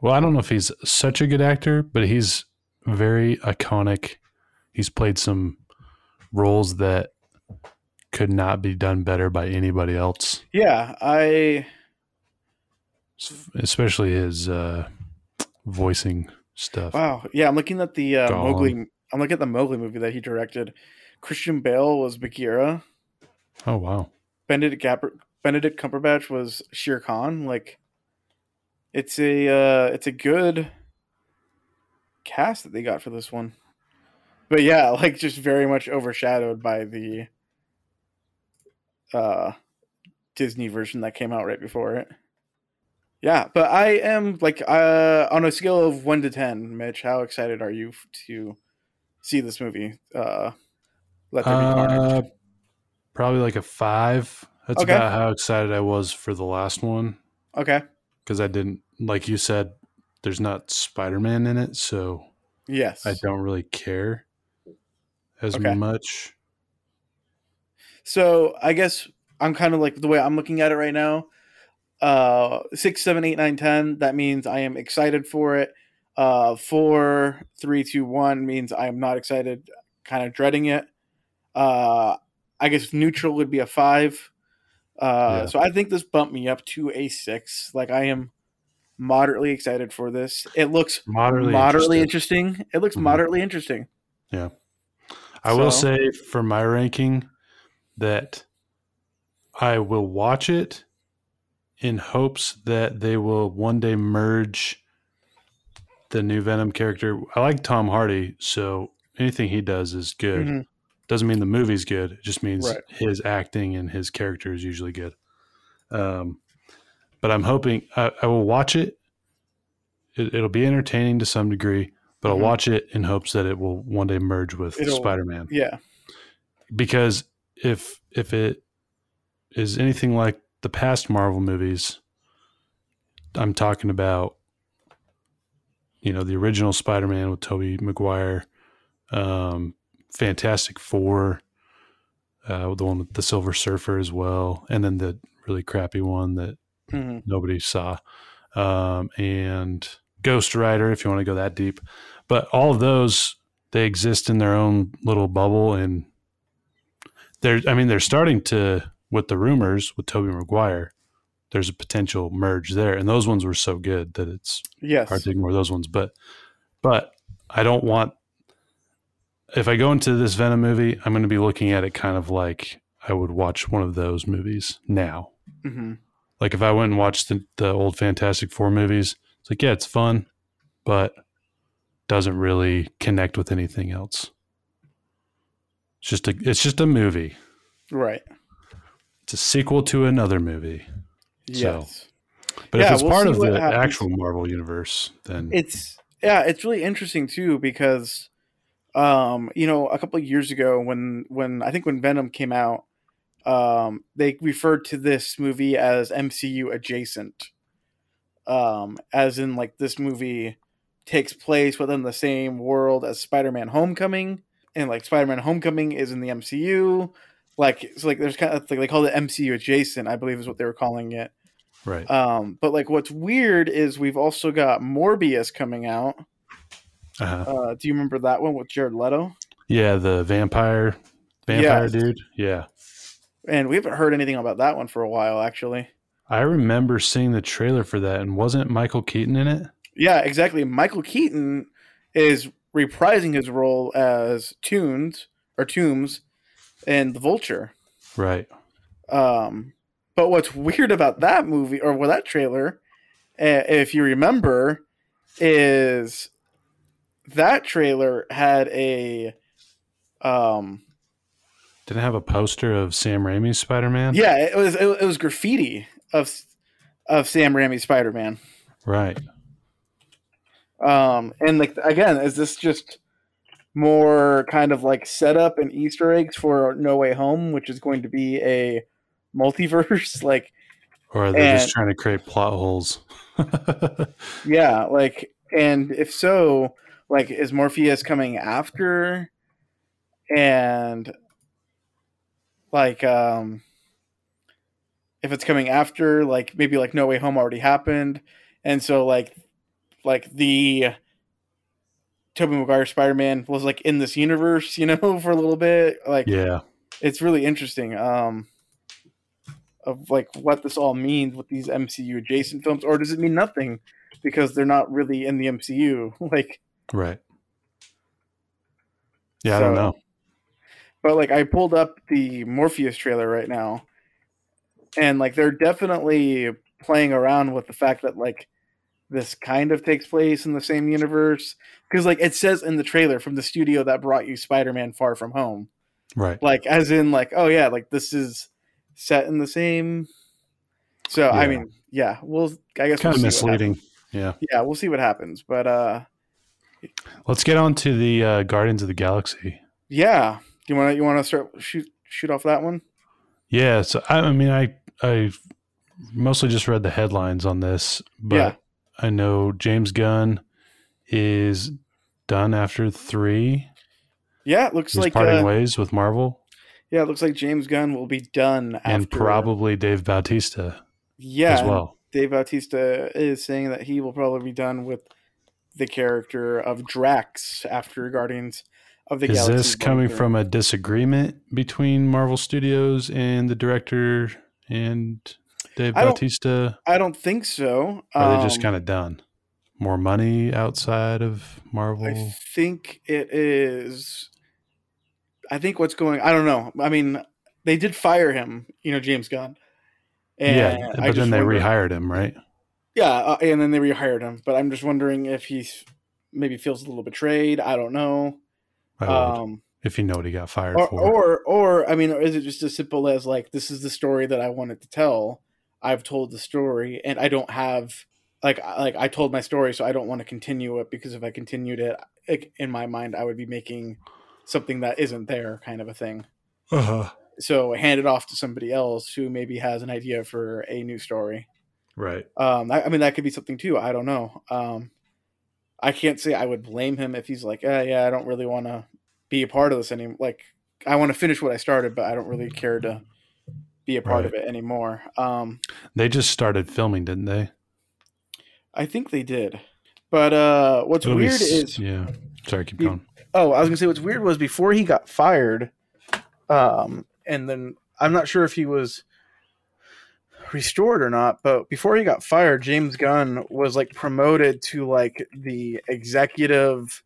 Speaker 1: well, I don't know if he's such a good actor, but he's very iconic. He's played some roles that could not be done better by anybody else,
Speaker 2: yeah, I
Speaker 1: s- especially his uh, voicing stuff.
Speaker 2: wow. Yeah, I'm looking at the uh,
Speaker 1: Go
Speaker 2: Mowgli I'm looking at the Mowgli movie that he directed. Christian Bale was Bagheera.
Speaker 1: Oh wow.
Speaker 2: Benedict Gapper, Benedict Cumberbatch was Shere Khan. Like it's a uh it's a good cast that they got for this one. But yeah, *laughs* like just very much overshadowed by the uh Disney version that came out right before it. Yeah, but I am like uh on a scale of 1 to 10, Mitch, how excited are you f- to see this movie? Uh let there be carnage.
Speaker 1: Uh, probably like a five. That's
Speaker 2: Okay.
Speaker 1: about how excited I was for the last one
Speaker 2: Okay.
Speaker 1: because I didn't like you said, there's not Spider Man in it, so
Speaker 2: Yes.
Speaker 1: I don't really care as
Speaker 2: Okay.
Speaker 1: much.
Speaker 2: So I guess I'm kind of like the way I'm looking at it right now. Uh, six, seven, eight, nine, ten. That means I am excited for it. Uh, four, three, two, one means I am not excited. Kind of dreading it. Uh, I guess neutral would be a five. Uh,
Speaker 1: Yeah.
Speaker 2: So I think this bumped me up to a six. Like I am moderately excited for this. It looks
Speaker 1: Moderately,
Speaker 2: moderately,
Speaker 1: interested.
Speaker 2: interesting. It looks
Speaker 1: Mhm.
Speaker 2: moderately interesting.
Speaker 1: I will
Speaker 2: So-
Speaker 1: say for my ranking that I will watch it in hopes that they will one day merge the new Venom character. I like Tom Hardy, so anything he does is good.
Speaker 2: Mhm.
Speaker 1: Doesn't mean the movie's good. It just means
Speaker 2: Right.
Speaker 1: his acting and his character is usually good. Um, but I'm hoping I, I will watch it. it. It'll be entertaining to some degree, but
Speaker 2: Mhm.
Speaker 1: I'll watch it in hopes that it will one day merge with
Speaker 2: It'll-
Speaker 1: Spider Man.
Speaker 2: Yeah.
Speaker 1: Because if if it is anything like the past Marvel movies, I'm talking about you know the original Spider Man with Tobey Maguire, um, Fantastic Four, uh, the one with the Silver Surfer as well, and then the really crappy one that
Speaker 2: Mhm.
Speaker 1: nobody saw. Um, and Ghost Rider, if you want to go that deep. But all of those, they exist in their own little bubble. And they're, I mean, they're starting to, with the rumors with Toby Maguire, there's a potential merge there. And those ones were so good that it's
Speaker 2: Yes.
Speaker 1: hard to ignore those ones. But, but I don't want, if I go into this Venom movie, I'm going to be looking at it kind of like I would watch one of those movies now.
Speaker 2: hmm
Speaker 1: Like if I went and watched the, the old Fantastic Four movies, it's like yeah, it's fun, but doesn't really connect with anything else. It's just a it's just a movie.
Speaker 2: Right.
Speaker 1: It's a sequel to another movie. So-
Speaker 2: Yes.
Speaker 1: But
Speaker 2: Yeah,
Speaker 1: if it's
Speaker 2: we'll
Speaker 1: part
Speaker 2: see
Speaker 1: of
Speaker 2: what
Speaker 1: the
Speaker 2: happens.
Speaker 1: actual Marvel universe, then
Speaker 2: it's yeah it's really interesting too because um you know a couple of years ago when when i think when venom came out um they referred to this movie as mcu adjacent um as in like this movie takes place within the same world as spider-man homecoming and like spider-man homecoming is in the mcu like it's like there's kind of like they called it mcu adjacent i believe is what they were calling it
Speaker 1: right.
Speaker 2: um, but like, what's weird is we've also got Morbius coming out.
Speaker 1: Uh-huh.
Speaker 2: Uh, do you remember that one with Jared Leto?
Speaker 1: Yeah, the vampire vampire
Speaker 2: Yes.
Speaker 1: dude. Yeah.
Speaker 2: And we haven't heard anything about that one for a while, actually.
Speaker 1: I remember seeing the trailer for that and wasn't Michael Keaton in it?
Speaker 2: Yeah, exactly. Michael Keaton is reprising his role as Toons or Tombs and the Vulture.
Speaker 1: Right.
Speaker 2: Um, but what's weird about that movie or well, that trailer, uh, if you remember, is that trailer had a um
Speaker 1: Didn't it have a poster of Sam Raimi's Spider-Man?
Speaker 2: Yeah, it was it, was graffiti of of Sam Raimi's Spider Man.
Speaker 1: Right.
Speaker 2: Um, and like again, is this just more kind of like setup and Easter eggs for No Way Home, which is going to be a multiverse? *laughs* like,
Speaker 1: Or are they
Speaker 2: And-
Speaker 1: just trying to create plot holes? *laughs*
Speaker 2: yeah, like, and if so, like, is Morpheus coming after? And like, um, if it's coming after, like maybe like No Way Home already happened, and so like like the Tobey Maguire Spider Man was like in this universe, you know, *laughs* for a little bit. Like
Speaker 1: yeah.
Speaker 2: it's really interesting. Um of like what this all means with these MCU adjacent films, or does it mean nothing because they're not really in the MCU? *laughs* Like
Speaker 1: Right. Yeah, I don't
Speaker 2: So-
Speaker 1: know.
Speaker 2: but like I pulled up the Morpheus trailer right now, and like they're definitely playing around with the fact that like this kind of takes place in the same universe because like it says in the trailer from the studio that brought you Spider-Man Far From Home,
Speaker 1: Right.
Speaker 2: like as in like oh yeah, like this is set in the same. So I
Speaker 1: Yeah.
Speaker 2: mean, yeah, we'll I guess
Speaker 1: Kind of
Speaker 2: we'll see what happens.
Speaker 1: misleading. Yeah.
Speaker 2: Yeah, we'll see what happens, but uh,
Speaker 1: Let's get on to the uh, Guardians of the Galaxy.
Speaker 2: yeah, do you want to you want to start shoot shoot off that one?
Speaker 1: Yeah. So I, I mean, I I mostly just read the headlines on this, but I know James Gunn is done after three.
Speaker 2: Yeah, it looks
Speaker 1: He's
Speaker 2: like
Speaker 1: parting
Speaker 2: uh,
Speaker 1: ways with Marvel
Speaker 2: yeah, it looks like James Gunn will be done
Speaker 1: and
Speaker 2: after-
Speaker 1: probably Dave Bautista
Speaker 2: yeah
Speaker 1: as well.
Speaker 2: Dave Bautista is saying that he will probably be done with the character of Drax after Guardians of the
Speaker 1: Is
Speaker 2: Galaxy.
Speaker 1: this
Speaker 2: Volume
Speaker 1: coming
Speaker 2: three.
Speaker 1: from a disagreement between Marvel Studios and the director and Dave
Speaker 2: I don't-
Speaker 1: Bautista?
Speaker 2: I don't think so.
Speaker 1: Or are they just
Speaker 2: Um,
Speaker 1: kind of done? More money outside of Marvel?
Speaker 2: I think it is. I think what's going. I don't know. I mean, they did fire him. You know, James Gunn. And
Speaker 1: yeah,
Speaker 2: I
Speaker 1: but
Speaker 2: just
Speaker 1: then they
Speaker 2: wonder-
Speaker 1: rehired him, right?
Speaker 2: Yeah, uh, and then they rehired him. But I'm just wondering if he's maybe feels a little betrayed. I don't know.
Speaker 1: I would,
Speaker 2: Um,
Speaker 1: if you know what he got fired
Speaker 2: or,
Speaker 1: for.
Speaker 2: or or I mean, or is it just as simple as like this is the story that I wanted to tell? I've told the story, and I don't have like I- like I told my story, so I don't want to continue it because if I continued it, like, in my mind, I would be making something that isn't there, kind of a thing.
Speaker 1: *laughs* Uh-huh.
Speaker 2: So hand it off to somebody else who maybe has an idea for a new story.
Speaker 1: Right.
Speaker 2: Um, I, I mean, that could be something too. I don't know. Um, I can't say I would blame him if he's like, eh, yeah, I don't really want to be a part of this anymore. Like, I want to finish what I started, but I don't really care to be a part of it anymore. Um,
Speaker 1: They just started filming, didn't they?
Speaker 2: I think they did. But uh, what's
Speaker 1: It'll be
Speaker 2: weird
Speaker 1: s-
Speaker 2: is,
Speaker 1: Yeah. Sorry, keep
Speaker 2: You-
Speaker 1: going.
Speaker 2: oh, I was gonna say what's weird was before he got fired, um, and then I'm not sure if he was restored or not, but before he got fired, James Gunn was like promoted to like the executive,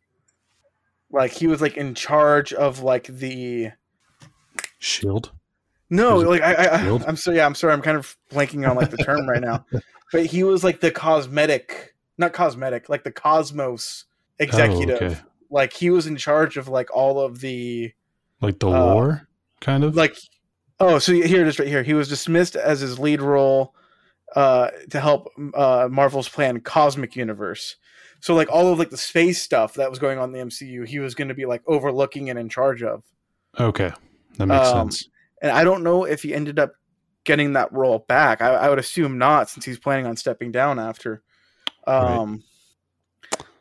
Speaker 2: like he was like in charge of like the
Speaker 1: Shield.
Speaker 2: no,
Speaker 1: Is it
Speaker 2: like I, I, I
Speaker 1: Guild?
Speaker 2: I'm sorry, yeah, I'm sorry, I'm kind of blanking on like the term right now, but he was like the cosmetic, not cosmetic, like the Cosmos executive.
Speaker 1: Oh, okay.
Speaker 2: Like he was in charge of like all of the
Speaker 1: Like the
Speaker 2: Uh,
Speaker 1: lore, kind of?
Speaker 2: like oh so here it is right here he was dismissed as his lead role uh to help uh marvel's plan cosmic universe so like all of like the space stuff that was going on in the mcu he was going to be like overlooking and in charge of
Speaker 1: okay. That makes
Speaker 2: um,
Speaker 1: sense.
Speaker 2: and i don't know if he ended up getting that role back i, I would assume not since he's planning on stepping down after
Speaker 1: Right.
Speaker 2: um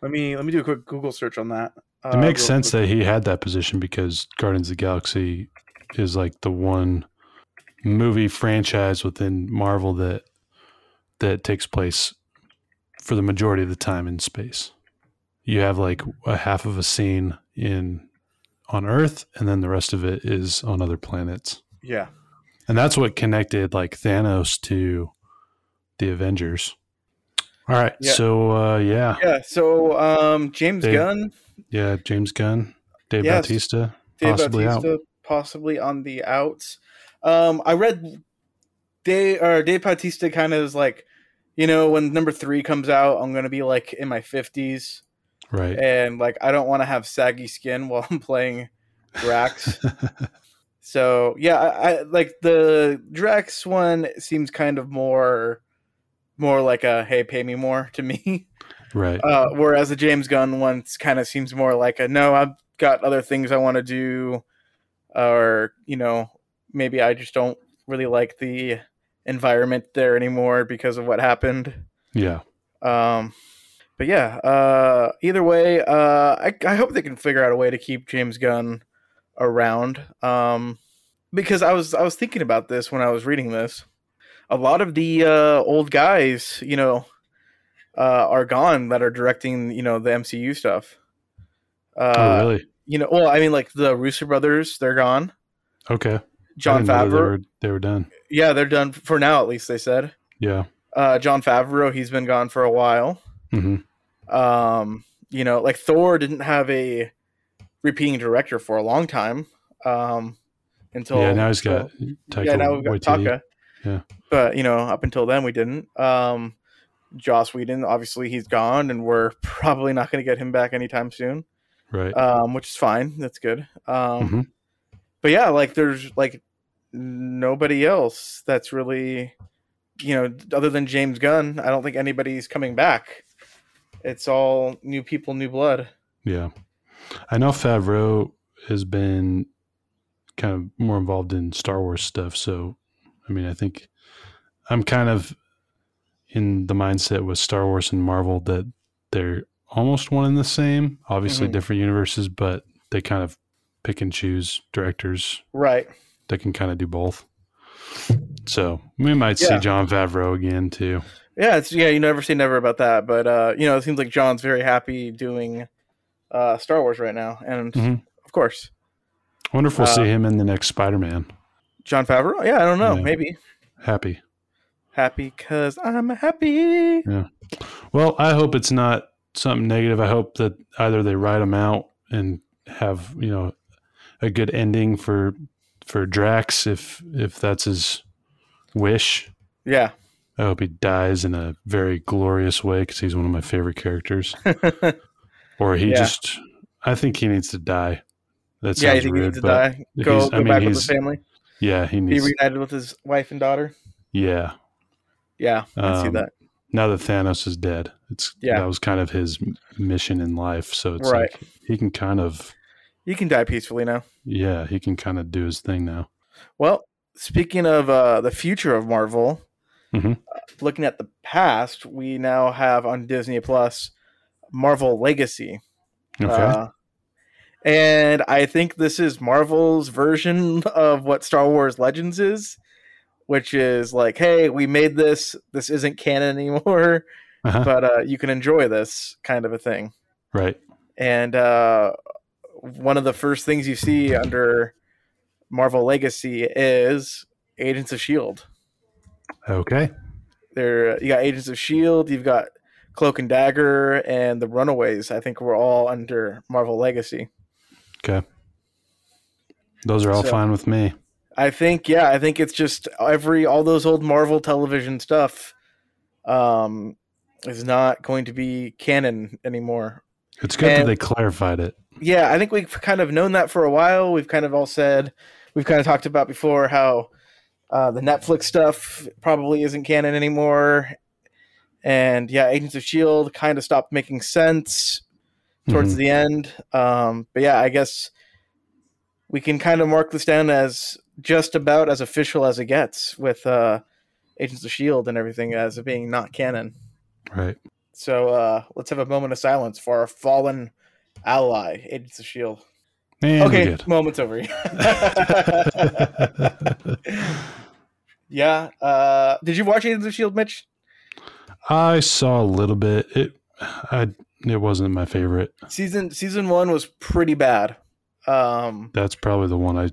Speaker 2: let me let me do a quick google search on that
Speaker 1: It
Speaker 2: Uh,
Speaker 1: makes sense that he had that position because Guardians of the Galaxy is like the one movie franchise within Marvel that that takes place for the majority of the time in space. You have like a half of a scene in on Earth and then the rest of it is on other planets.
Speaker 2: yeah
Speaker 1: And that's what connected like Thanos to the Avengers. All right.
Speaker 2: Yeah.
Speaker 1: So uh yeah.
Speaker 2: yeah so um james
Speaker 1: Dave-
Speaker 2: gunn
Speaker 1: Yeah, James Gunn, Dave
Speaker 2: Yes.
Speaker 1: Bautista.
Speaker 2: Dave
Speaker 1: possibly out.
Speaker 2: Bautista possibly on the outs. Um, I read Dave or Dave Bautista kind of is like, you know, when number three comes out, I'm gonna be like in my fifties,
Speaker 1: Right.
Speaker 2: and like I don't want to have saggy skin *laughs* while I'm playing
Speaker 1: *laughs*
Speaker 2: Drax. so yeah, I, I like the Drax one seems kind of more, more like a hey, pay me more to me. *laughs*
Speaker 1: Right.
Speaker 2: Uh, whereas the James Gunn one kind of seems more like a no, I've got other things I want to do, or you know, maybe I just don't really like the environment there anymore because of what happened.
Speaker 1: yeah.
Speaker 2: Um, but yeah, uh, either way, uh, I, I hope they can figure out a way to keep James Gunn around. Um, because I was I was thinking about this when I was reading this. A lot of the uh, old guys, you know, uh, are gone that are directing, you know, the MCU stuff. Uh,
Speaker 1: oh, really?
Speaker 2: You know, well, I mean, like the Russo brothers, they're gone.
Speaker 1: Okay. I didn't
Speaker 2: John
Speaker 1: know that They
Speaker 2: Favreau,
Speaker 1: were, they were done.
Speaker 2: yeah, they're done for now, at least they said.
Speaker 1: Yeah.
Speaker 2: Uh, John Favreau, he's been gone for a while.
Speaker 1: hmm
Speaker 2: um you know like thor didn't have a repeating director for a long time um until
Speaker 1: yeah. Now he's got
Speaker 2: until-
Speaker 1: Taika
Speaker 2: yeah now we've got
Speaker 1: Waititi.
Speaker 2: taka
Speaker 1: Yeah.
Speaker 2: but you know up until then we didn't um joss whedon obviously he's gone and we're *laughs* probably not going to get him back anytime soon
Speaker 1: Right.
Speaker 2: um which is fine that's good um
Speaker 1: Mhm.
Speaker 2: but yeah like there's like nobody else that's really you know other than james gunn i don't think anybody's coming back it's all new people new blood
Speaker 1: Yeah. I know Favreau has been kind of more involved in Star Wars stuff. So, I mean, I think I'm kind of in the mindset with Star Wars and Marvel that they're almost one and the same. Obviously,
Speaker 2: Mhm.
Speaker 1: different universes, but they kind of pick and choose directors
Speaker 2: Right.
Speaker 1: that can kind of do both. So we might see
Speaker 2: Yeah.
Speaker 1: John Favreau again too.
Speaker 2: Yeah, it's yeah, you never say never about that, but uh, you know, it seems like John's very happy doing uh Star Wars right now. And
Speaker 1: Mhm.
Speaker 2: of course,
Speaker 1: I wonder if we'll
Speaker 2: Uh,
Speaker 1: see him in the next Spider-Man.
Speaker 2: John Favreau? Yeah, I don't know,
Speaker 1: Yeah.
Speaker 2: maybe.
Speaker 1: Happy.
Speaker 2: Happy cuz I'm happy.
Speaker 1: Well, I hope it's not something negative. I hope that either they write him out and have you know a good ending for for Drax if if that's his wish.
Speaker 2: Yeah. *laughs*
Speaker 1: I hope he dies in a very glorious way because he's one of my favorite characters. Or he
Speaker 2: Yeah.
Speaker 1: just, I think he needs to die. That
Speaker 2: yeah,
Speaker 1: sounds
Speaker 2: you think
Speaker 1: rude,
Speaker 2: he needs to
Speaker 1: but
Speaker 2: die.
Speaker 1: he's-
Speaker 2: Go,
Speaker 1: I
Speaker 2: go
Speaker 1: mean,
Speaker 2: back with
Speaker 1: he's-
Speaker 2: his family.
Speaker 1: yeah, he
Speaker 2: Be
Speaker 1: needs.
Speaker 2: reunited with his wife and daughter.
Speaker 1: yeah,
Speaker 2: Yeah, I see
Speaker 1: Um,
Speaker 2: that.
Speaker 1: now that Thanos is dead, it's
Speaker 2: Yeah.
Speaker 1: that was kind of his m- mission in life. So it's
Speaker 2: Right.
Speaker 1: like he can kind of,
Speaker 2: You can die peacefully now.
Speaker 1: yeah, he can kind of do his thing now.
Speaker 2: Well, speaking of uh, the future of Marvel,
Speaker 1: Mhm.
Speaker 2: uh, looking at the past, we now have on Disney Plus Marvel Legacy.
Speaker 1: Okay,
Speaker 2: Uh, and I think this is Marvel's version *laughs* of what Star Wars Legends is, which is like, hey, we made this. This isn't canon anymore,
Speaker 1: Uh-huh.
Speaker 2: but uh, you can enjoy this kind of a thing
Speaker 1: right.
Speaker 2: and uh, one of the first things you see under Marvel Legacy is Agents of Shield.
Speaker 1: Okay,
Speaker 2: E There, you got Agents of Shield. E You've got Cloak and Dagger and the Runaways. I think we're all under Marvel Legacy.
Speaker 1: those are all
Speaker 2: So-
Speaker 1: fine with me.
Speaker 2: I think, yeah, I think it's just every all those old Marvel television stuff um, is not going to be canon anymore
Speaker 1: It's good that
Speaker 2: and-
Speaker 1: they clarified it.
Speaker 2: Yeah, I think we've kind of known that for a while. We've kind of all said, we've kind of talked about before how uh, the Netflix stuff probably isn't canon anymore. And yeah, Agents of S.H.I.E.L.D. kind of stopped making sense towards
Speaker 1: Mhm.
Speaker 2: the end. Um, but yeah, I guess we can kind of mark this down as just about as official as it gets with uh, Agents of S.H.I.E.L.D. E and everything as it being not canon.
Speaker 1: Mm-hmm. right.
Speaker 2: So uh, let's have a moment of silence for our fallen ally, Agents of S.H.I.E.L.D.
Speaker 1: And
Speaker 2: okay,
Speaker 1: we're good.
Speaker 2: moment's over. *laughs* yeah. Uh, did you watch Agents of Shield, Mitch?
Speaker 1: *laughs* I saw a little bit. It, I, it wasn't my favorite.
Speaker 2: Season season one was pretty bad. Um,
Speaker 1: That's probably the one I.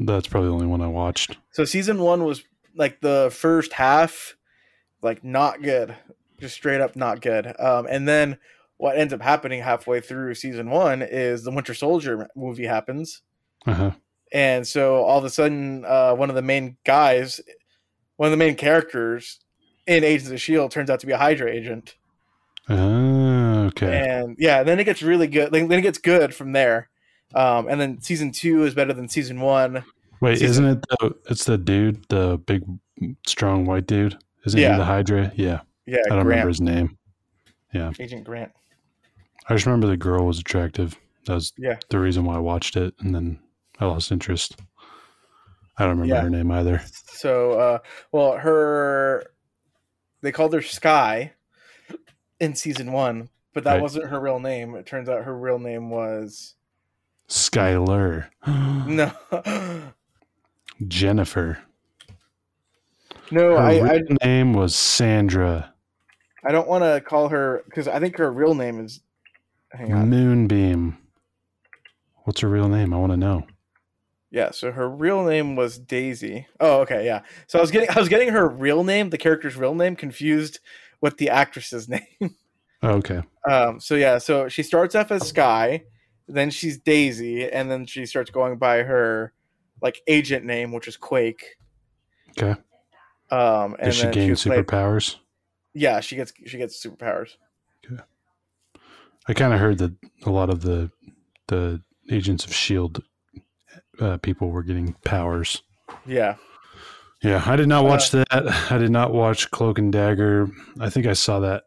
Speaker 1: That's probably the only one I watched.
Speaker 2: so season one was like the first half, like not good, just straight up not good. Um, and then what ends up happening halfway through season one is the Winter Soldier movie happens.
Speaker 1: Uh-huh.
Speaker 2: And so all of a sudden, uh, one of the main guys, one of the main characters in Agents of S.H.I.E.L.D. E turns out to be a Hydra agent.
Speaker 1: Ah, okay.
Speaker 2: And yeah, then it gets really good. Then, then it gets good from there. Um, and then season two is better than season one.
Speaker 1: Wait,
Speaker 2: season-
Speaker 1: isn't it? The, it's the dude, the big, strong white dude. Isn't
Speaker 2: Yeah.
Speaker 1: he the Hydra? Yeah,
Speaker 2: Yeah,
Speaker 1: I don't remember
Speaker 2: Grant,
Speaker 1: his name.
Speaker 2: Agent Grant.
Speaker 1: I just remember the girl was attractive. That was
Speaker 2: Yeah.
Speaker 1: the reason why I watched it, and then I lost interest. I don't remember
Speaker 2: Yeah.
Speaker 1: her name either.
Speaker 2: So, uh, well, her, they called her Sky in season one, but that
Speaker 1: Right.
Speaker 2: wasn't her real name. It turns out her real name
Speaker 1: *sighs*
Speaker 2: was
Speaker 1: Skylar,
Speaker 2: no,
Speaker 1: *gasps* Jennifer.
Speaker 2: no.
Speaker 1: Her
Speaker 2: Oh, I, I
Speaker 1: real name was Sandra
Speaker 2: I don't want to call her because I think her real name is. Hang on.
Speaker 1: Moonbeam. What's her real name? I want to know.
Speaker 2: Yeah, so her real name was Daisy. Oh, okay, yeah. So I was getting I was getting her real name, the character's real name, confused with the actress's *laughs* name.
Speaker 1: Oh, Okay.
Speaker 2: Um, so yeah, so she starts off as Sky, then she's Daisy, and then she starts going by her like agent name, which is Quake.
Speaker 1: Okay.
Speaker 2: Um, and
Speaker 1: Does she
Speaker 2: then
Speaker 1: gain
Speaker 2: was later-
Speaker 1: superpowers?
Speaker 2: yeah, she gets she gets superpowers.
Speaker 1: I kind of heard that a lot of the the agents of Shield E uh, people were getting powers. Uh,
Speaker 2: Yeah,
Speaker 1: Yeah, I did not watch that. I did not watch Cloak and Dagger. I think I saw that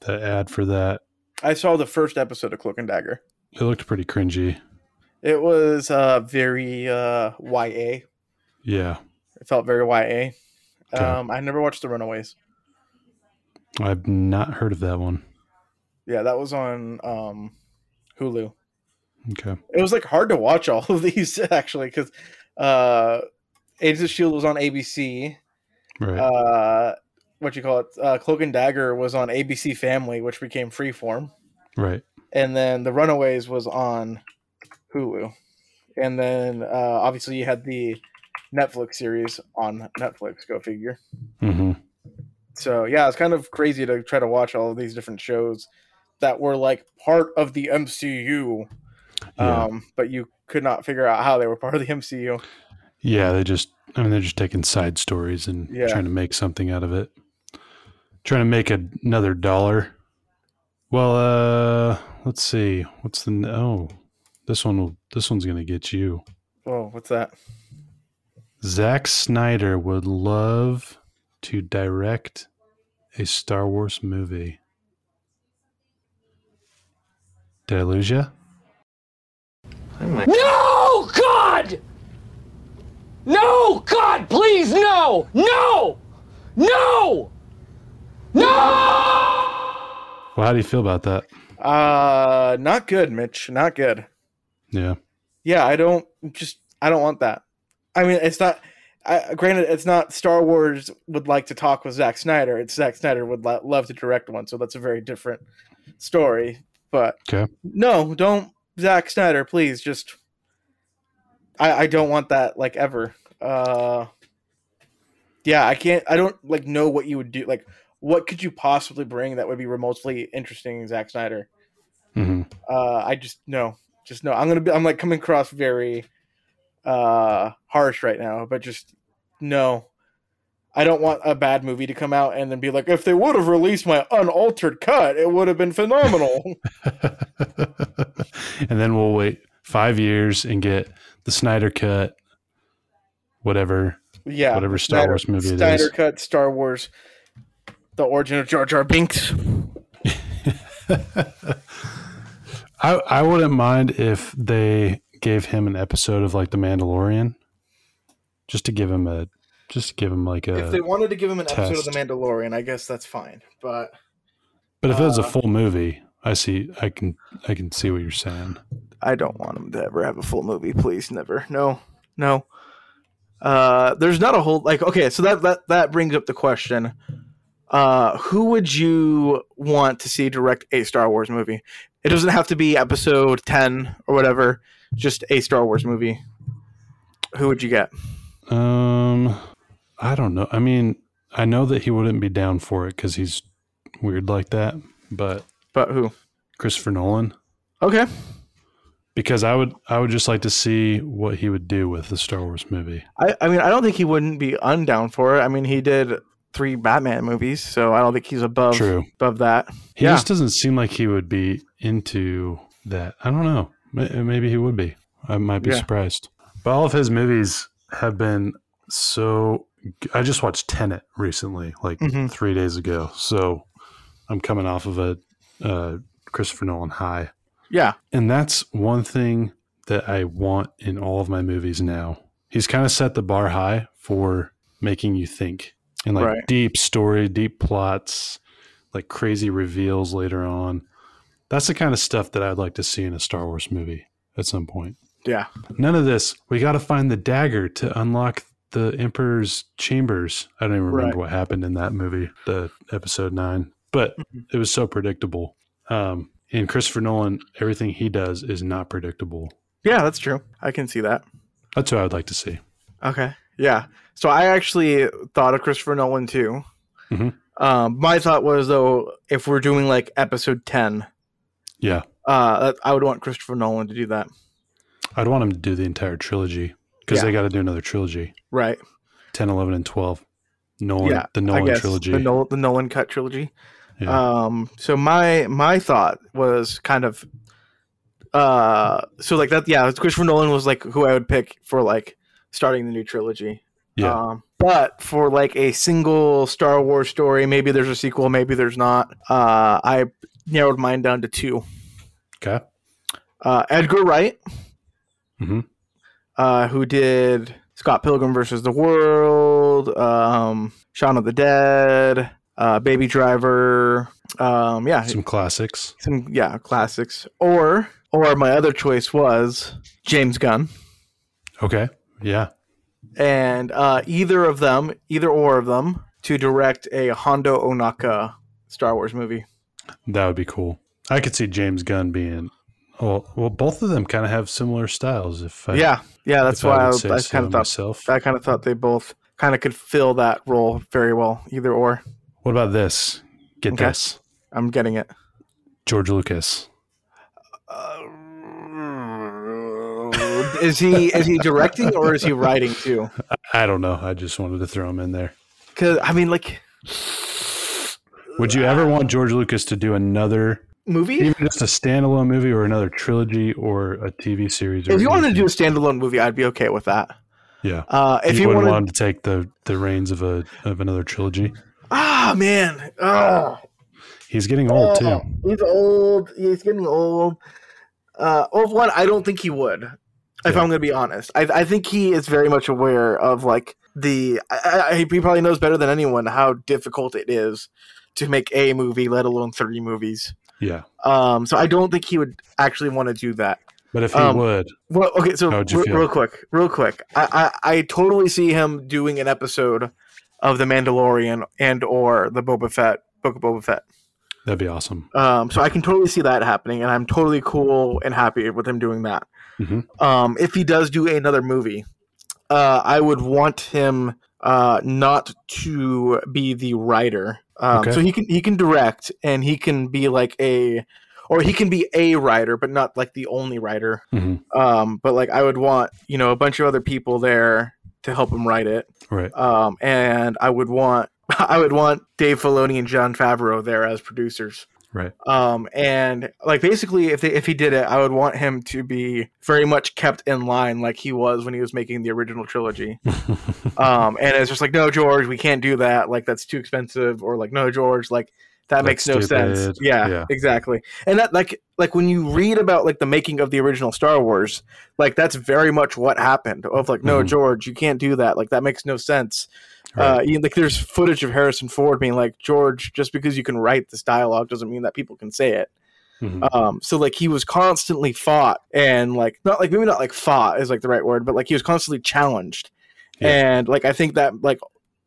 Speaker 1: the ad for that.
Speaker 2: I saw the first episode of Cloak and Dagger.
Speaker 1: It looked pretty cringy.
Speaker 2: It was uh very uh YA.
Speaker 1: Yeah.
Speaker 2: It felt very YA.
Speaker 1: Okay.
Speaker 2: Um I never watched The Runaways.
Speaker 1: I've not heard of that one.
Speaker 2: Yeah, that was on um, Hulu.
Speaker 1: Okay.
Speaker 2: It was like hard to watch all of *laughs* these actually because uh, Agents of Shield E was on ABC.
Speaker 1: Right.
Speaker 2: Uh, what you call it? Uh, Cloak and Dagger was on ABC Family, which became Freeform,
Speaker 1: right.
Speaker 2: and then The Runaways was on Hulu, and then uh, obviously you had the Netflix series on Netflix. Go figure.
Speaker 1: hmm
Speaker 2: So yeah, it's kind of crazy to try to watch all of these different shows that were like part of the MCU,
Speaker 1: Yeah.
Speaker 2: um, but you could not figure out how they were part of the MCU.
Speaker 1: yeah. They just, I mean, they're just taking side stories and
Speaker 2: Yeah.
Speaker 1: trying to make something out of it. Trying to make a- another dollar. Well, uh, let's see. What's the n- oh? This one will. This one's gonna get you.
Speaker 2: Whoa, Oh, what's that?
Speaker 1: Zack Snyder would love to direct a Star Wars movie. Did I lose ya?
Speaker 4: No, God! No, God, please, no! No! No! No!
Speaker 1: Well, how do you feel about that?
Speaker 2: Uh, not good, Mitch. Not good.
Speaker 1: Yeah.
Speaker 2: Yeah, I don't just I don't want that. I mean, it's not. I, granted, it's not Star Wars would like to talk with Zack Snyder. It's Zack Snyder would lo- love to direct one, so that's a very different story. But
Speaker 1: Okay.
Speaker 2: no, don't Zack Snyder, please. Just I, I don't want that like ever. Uh, yeah, I can't. I don't like know what you would do. Like, what could you possibly bring that would be remotely interesting, Zack Snyder?
Speaker 1: hmm
Speaker 2: uh, I just no, just no. I'm gonna be. I'm like coming across very uh, harsh right now, but just no. I don't want a bad movie to come out and then be like, if they would have released my unaltered cut, it would have been
Speaker 1: *laughs*
Speaker 2: phenomenal.
Speaker 1: and then we'll wait five years and get the Snyder cut, whatever.
Speaker 2: yeah,
Speaker 1: Whatever Star
Speaker 2: Snyder-
Speaker 1: Wars movie it
Speaker 2: Snyder
Speaker 1: is.
Speaker 2: cut Star Wars, the origin of Jar Jar Binks.
Speaker 1: I, I wouldn't mind if they gave him an episode of like The Mandalorian, just to give him a, just to give him like a.
Speaker 2: if they wanted to give him an episode of
Speaker 1: test.
Speaker 2: The Mandalorian, I guess that's fine. But
Speaker 1: But if it was a
Speaker 2: Uh,
Speaker 1: full movie, I see. I can. I can see what you're saying.
Speaker 5: I don't want him to ever have a full movie. Please, never. No, no. Uh, there's not a whole like. Okay, so that that that brings up the question: uh, Who would you want to see direct a Star Wars movie? It doesn't have to be Episode Ten or whatever. Just a Star Wars movie. Who would you get?
Speaker 1: Um, I don't know. I mean, I know that he wouldn't be down for it because he's weird like that. But
Speaker 5: But who?
Speaker 1: Christopher Nolan,
Speaker 5: Okay,
Speaker 1: because I would. I would just like to see what he would do with the Star Wars movie.
Speaker 5: I I mean I don't think he wouldn't be undown for it. I mean he did three Batman movies, so I don't think he's above
Speaker 1: True.
Speaker 5: above that.
Speaker 1: He
Speaker 5: Um, Yeah.
Speaker 1: just doesn't seem like he would be into that. I don't know. May- Maybe he would be. I might be
Speaker 5: Yeah.
Speaker 1: surprised. But all of his movies have been so. I just watched Tenet recently, like
Speaker 5: Mhm.
Speaker 1: three days ago. So I'm coming off of a uh, Christopher Nolan high.
Speaker 5: Yeah,
Speaker 1: And that's one thing that I want in all of my movies now. He's kind of set the bar high for making you think and like
Speaker 5: Right.
Speaker 1: deep story, deep plots, like crazy reveals later on. That's the kind of stuff that I'd like to see in a Star Wars movie at some point.
Speaker 5: yeah.
Speaker 1: None of this. We got to find the dagger to unlock the Emperor's chambers. I don't even remember
Speaker 5: Right.
Speaker 1: what happened in that movie, the episode nine, but
Speaker 5: Mm-hmm.
Speaker 1: it was so predictable. Um, and Christopher Nolan, everything he does is not predictable.
Speaker 5: Yeah, that's true. I can see that.
Speaker 1: That's what I would like to see.
Speaker 5: Okay. Yeah. So I actually thought of Christopher Nolan too.
Speaker 1: Mhm.
Speaker 5: Um, my thought was though, if we're doing like episode ten,
Speaker 1: Yeah.
Speaker 5: uh, that- I would want Christopher Nolan to do that.
Speaker 1: I'd want him to do the entire trilogy because
Speaker 5: Yeah.
Speaker 1: they got to do another trilogy
Speaker 5: Right.
Speaker 1: 10, 11, and 12. Nolan,
Speaker 5: yeah.
Speaker 1: the
Speaker 5: I
Speaker 1: Nolan
Speaker 5: guess
Speaker 1: trilogy.
Speaker 5: The, Nol- the Nolan cut trilogy.
Speaker 1: Yeah.
Speaker 5: Um. So my my thought was kind of, uh, so like that. Yeah, Christopher Nolan was like who I would pick for like starting the new trilogy.
Speaker 1: yeah.
Speaker 5: Um, but for like a single Star Wars story, maybe there's a sequel, maybe there's not. Uh, I narrowed mine down to two.
Speaker 1: okay.
Speaker 5: Uh, Edgar Wright,
Speaker 1: Mhm.
Speaker 5: uh, who did Scott Pilgrim versus the World, um, Shaun of the Dead,
Speaker 2: uh, Baby Driver. Um, yeah,
Speaker 1: Some classics.
Speaker 2: some yeah classics. Or or my other choice was James Gunn,
Speaker 1: Okay. Yeah.
Speaker 2: and uh, either of them, either or of them, to direct a Hondo Onaka Star Wars movie.
Speaker 1: That would be cool. I could see James Gunn being. Well, well, both of them kind of have similar styles. If I,
Speaker 2: yeah, yeah, that's
Speaker 1: if
Speaker 2: why I,
Speaker 1: would say
Speaker 2: I
Speaker 1: so
Speaker 2: kind of thought
Speaker 1: myself.
Speaker 2: I kind of thought they both kind of could fill that role very well, either or.
Speaker 1: What about this? Get
Speaker 2: Okay.
Speaker 1: this,
Speaker 2: I'm getting it.
Speaker 1: George Lucas.
Speaker 2: Uh, is he is he directing or is he writing too?
Speaker 1: I don't know. I just wanted to throw him in there.
Speaker 2: Because I mean, like
Speaker 1: Would you ever want George Lucas to do another,
Speaker 2: movie.
Speaker 1: even just a standalone movie, or another trilogy, or a TV series? Or
Speaker 2: If you wanted to do a
Speaker 1: anything?
Speaker 2: standalone movie, I'd be okay with that.
Speaker 1: yeah.
Speaker 2: Uh, if
Speaker 1: he
Speaker 2: you
Speaker 1: wouldn't
Speaker 2: wanted,
Speaker 1: want him to take the the reins of a of another trilogy,
Speaker 2: ah man, oh,
Speaker 1: he's getting old too.
Speaker 2: he's old. He's getting old. Uh, of one, I don't think he would. If
Speaker 1: Yeah.
Speaker 2: I'm going to be honest, I, I think he is very much aware of like the. I, I, he probably knows better than anyone how difficult it is to make a movie, let alone three movies.
Speaker 1: Yeah.
Speaker 2: Um, so I don't think he would actually want to do that.
Speaker 1: But if he
Speaker 2: Um,
Speaker 1: would,
Speaker 2: Well, okay, so
Speaker 1: How
Speaker 2: re-
Speaker 1: would you feel?
Speaker 2: real quick, real quick, I, I I totally see him doing an episode of The Mandalorian and or the Boba Fett Book of Boba Fett.
Speaker 1: that'd be awesome.
Speaker 2: Um, so I can totally see that happening, and I'm totally cool and happy with him doing that.
Speaker 1: Mhm.
Speaker 2: Um, if he does do another movie, uh, I would want him uh, not to be the writer. Um,
Speaker 1: Okay.
Speaker 2: So he can he can direct, and he can be like a, or he can be a writer, but not like the only writer.
Speaker 1: Mhm.
Speaker 2: Um, but like I would want you know a bunch of other people there to help him write it.
Speaker 1: Right.
Speaker 2: Um, and I would want *laughs* I would want Dave Filoni and John Favreau there as producers.
Speaker 1: Right.
Speaker 2: Um, and like basically, if they, if he did it, I would want him to be very much kept in line, like he was when he was making the
Speaker 1: *laughs*
Speaker 2: original trilogy. um, and it's just like, no, George, we can't do that. Like that's too expensive, or like, no, George, like that
Speaker 1: That's
Speaker 2: makes no
Speaker 1: stupid.
Speaker 2: sense. Yeah,
Speaker 1: Yeah.
Speaker 2: exactly. And that like like when you read about like the making of the original Star Wars, like that's very much what happened. Of like, no,
Speaker 1: Mhm.
Speaker 2: George, you can't do that. Like that makes no sense. Uh,
Speaker 1: Right.
Speaker 2: you- like there's footage of Harrison Ford being like, George, just because you can write this dialogue doesn't mean that people can say it.
Speaker 1: Mhm.
Speaker 2: Um, so like he was constantly fought and like not like maybe not like fought is like the right word, but like he was constantly challenged. And like I think that like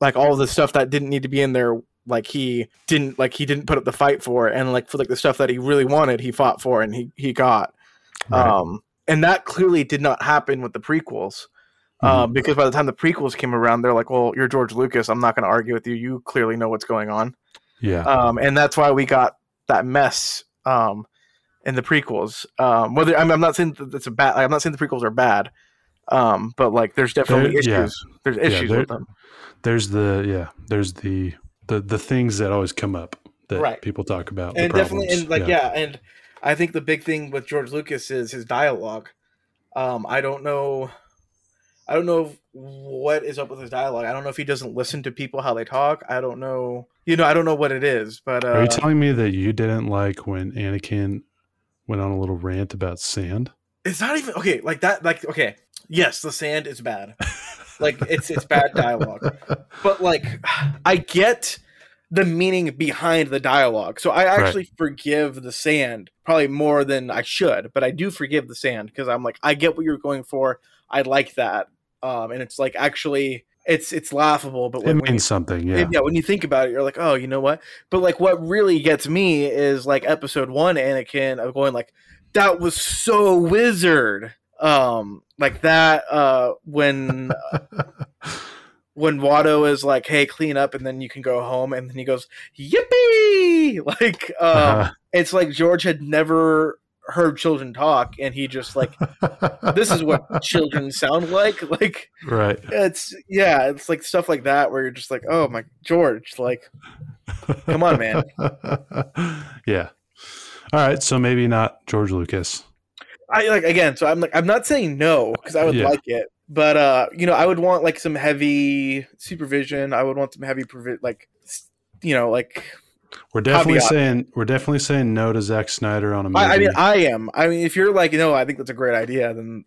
Speaker 2: like all the stuff that didn't need to be in there, like he didn't like he didn't put up the fight for, and like for like the stuff that he really wanted, he fought for and he he got.
Speaker 1: Right.
Speaker 2: Um, and that clearly did not happen with the prequels.
Speaker 1: Mm-hmm.
Speaker 2: Um, because by the time the prequels came around, they're like, "Well, you're George Lucas. I'm not going to argue with you. You clearly know what's going on."
Speaker 1: yeah.
Speaker 2: *laughs* um, and that's why we got that mess um, in the prequels. Um, whether I'm, I'm not saying that it's a bad, I'm not saying the prequels are bad, um, but like there's definitely
Speaker 1: They're-
Speaker 2: issues.
Speaker 1: yeah.
Speaker 2: There's
Speaker 1: Yeah,
Speaker 2: issues
Speaker 1: they're-
Speaker 2: with them.
Speaker 1: there's the yeah there's the the the things that always come up that
Speaker 2: Right.
Speaker 1: people talk about the
Speaker 6: and definitely
Speaker 1: problems.
Speaker 6: and like
Speaker 1: yeah
Speaker 6: yeah,
Speaker 2: and I think the big thing with George Lucas is his dialogue. Um, I don't know, I don't know what is up with his dialogue. I don't know if he doesn't listen to people how they talk. I don't know, you know, I don't know what it is. But uh,
Speaker 1: are you telling me that you didn't like when anakin went on a little rant about sand
Speaker 2: it's not even okay like that like okay yes the sand is bad like it's it's bad dialogue but like i get the meaning behind the dialogue so i actually forgive the sand probably more than i should but i do forgive the sand because i'm like i get what you're going for i like that um and it's like actually it's it's laughable but
Speaker 1: it
Speaker 2: when, when you
Speaker 1: means something yeah *laughs*
Speaker 2: yeah. when you think about it, you're like, oh, you know what? But like, what really gets me is like episode one, Anakin of going like, that was so wizard. Um, like that. Uh,
Speaker 1: *laughs*
Speaker 2: when when Watto is like, hey, clean up, and then you can go home, and then he goes, yippee! *laughs* Like, um,
Speaker 1: Uh-huh.
Speaker 2: it's like George had never heard children talk, and he just like, this is
Speaker 1: *laughs*
Speaker 2: what children sound like. *laughs* Like,
Speaker 1: *laughs* right *laughs*
Speaker 2: it's yeah, it's like stuff like that where you're just like, oh my George, like, come
Speaker 1: *laughs*
Speaker 2: on, man.
Speaker 1: yeah all right so maybe not george lucas
Speaker 2: I like again, so I'm like, I'm not saying no because I would
Speaker 1: Yeah.
Speaker 2: like it, but uh, you know, I would want like some heavy supervision. I would want some heavy provi- like, s- you know, like
Speaker 1: we're definitely
Speaker 2: Caveat.
Speaker 1: saying we're definitely saying no to Zack Snyder on a movie.
Speaker 2: I, I mean, I am. I mean, if you're like, no, I think that's a great idea, then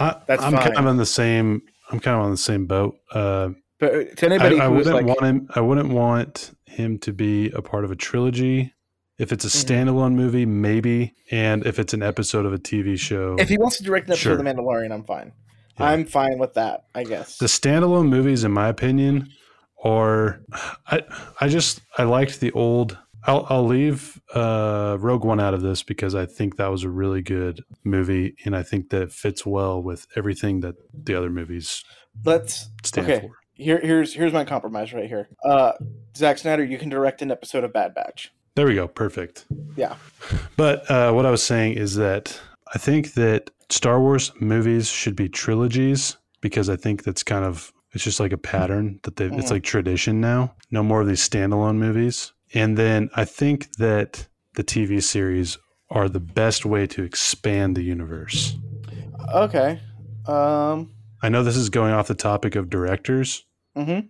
Speaker 1: I,
Speaker 2: that's
Speaker 1: I'm kind
Speaker 2: fine.
Speaker 1: of on the same. I'm kind of on the same boat. Uh,
Speaker 2: But to
Speaker 1: I,
Speaker 2: anybody
Speaker 1: I
Speaker 2: who's
Speaker 1: wouldn't
Speaker 2: like,
Speaker 1: want him. I wouldn't want him to be a part of a trilogy. If it's a
Speaker 2: Mhm.
Speaker 1: standalone movie, maybe, and if it's an episode of a TV show,
Speaker 2: if he wants to direct an episode of
Speaker 1: Sure.
Speaker 2: The Mandalorian, I'm fine.
Speaker 1: Yeah.
Speaker 2: I'm fine with that. I guess.
Speaker 1: the standalone movies, in my opinion, are I. I just I liked the old. I'll, I'll leave uh, Rogue One out of this because I think that was a really good movie, and I think that fits well with everything that the other movies
Speaker 2: Let's
Speaker 1: stand
Speaker 2: Okay.
Speaker 1: for.
Speaker 2: here. Here's here's my compromise right here. Uh, Zack Snyder, you can direct an episode of Bad Batch.
Speaker 1: There we go. Perfect.
Speaker 2: Yeah.
Speaker 1: But uh, what I was saying is that I think that Star Wars movies should be trilogies because I think that's kind of it's just like a pattern that they have it's
Speaker 2: Mhm.
Speaker 1: like tradition now. No more of these standalone movies. And then I think that the TV series are the best way to expand the universe.
Speaker 2: Okay. Um.
Speaker 1: I know this is going off the topic of directors,
Speaker 2: hmm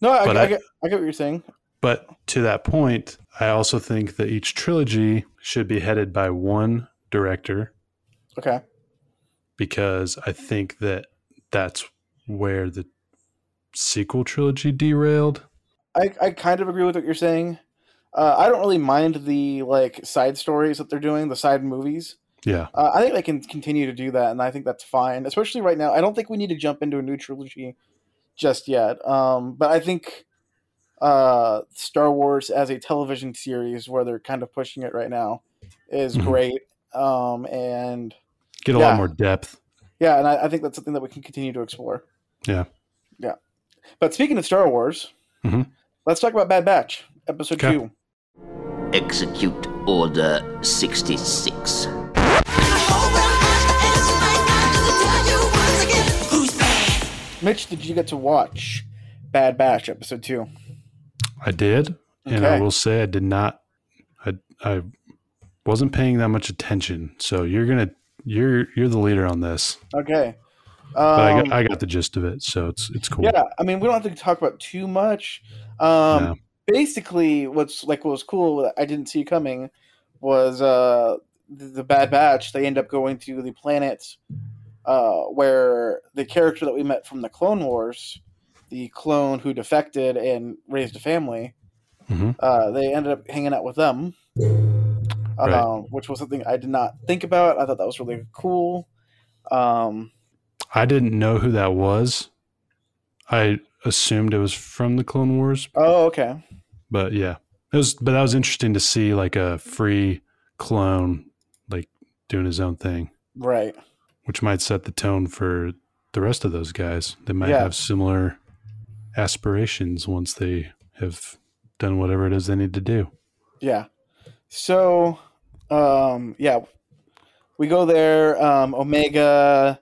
Speaker 2: No, I,
Speaker 1: But
Speaker 2: I,
Speaker 1: I-
Speaker 2: get, I get what you're saying.
Speaker 1: But to that point, I also think that each trilogy should be headed by one director
Speaker 2: Okay.
Speaker 1: because I think that that's where the sequel trilogy derailed.
Speaker 2: I, I kind of agree with what you're saying. Uh, I don't really mind the like side stories that they're doing, the side movies.
Speaker 1: Yeah.
Speaker 2: Uh, I think they can continue to do that, and I think that's fine. Especially right now, I don't think we need to jump into a new trilogy just yet. Um, but I think uh, Star Wars as a television series, where they're kind of pushing it right now, is
Speaker 1: Mhm.
Speaker 2: great. Um, and
Speaker 1: Get a
Speaker 2: Yeah.
Speaker 1: lot more depth.
Speaker 2: yeah, and I, I think that's something that we can continue to explore.
Speaker 1: Yeah.
Speaker 2: yeah. But speaking of Star Wars,
Speaker 1: Mhm.
Speaker 2: let's talk about Bad Batch episode
Speaker 1: Okay.
Speaker 2: two.
Speaker 7: Execute Order 66.
Speaker 2: Mitch, did you get to watch Bad Batch episode two?
Speaker 1: I did. And I
Speaker 2: Okay.
Speaker 1: will say I did not I I wasn't paying that much attention. So you're gonna you're you're the leader on this.
Speaker 2: Okay. Um,
Speaker 1: But I got I got the gist of it, so it's it's cool.
Speaker 2: Yeah, I mean, we don't have to talk about too much. Um,
Speaker 1: No.
Speaker 2: Basically, what's like what was cool that I didn't see coming was uh, the, the Bad Batch. They end up going to the planet uh, where the character that we met from the Clone Wars, the clone who defected and raised a family,
Speaker 1: Mhm.
Speaker 2: uh, they ended up hanging out with them, um,
Speaker 1: Right.
Speaker 2: which was something I did not think about. I thought that was really cool. Um,
Speaker 1: I didn't know who that was. I assumed it was from the Clone Wars,
Speaker 2: oh, okay.
Speaker 1: but yeah it was but that was interesting to see like a free clone like doing his own thing
Speaker 2: Right.
Speaker 1: which might set the tone for the rest of those guys they might
Speaker 2: Yeah.
Speaker 1: have similar aspirations once they have done whatever it is they need to do
Speaker 2: Yeah. So, um, yeah, we go there. Um, Omega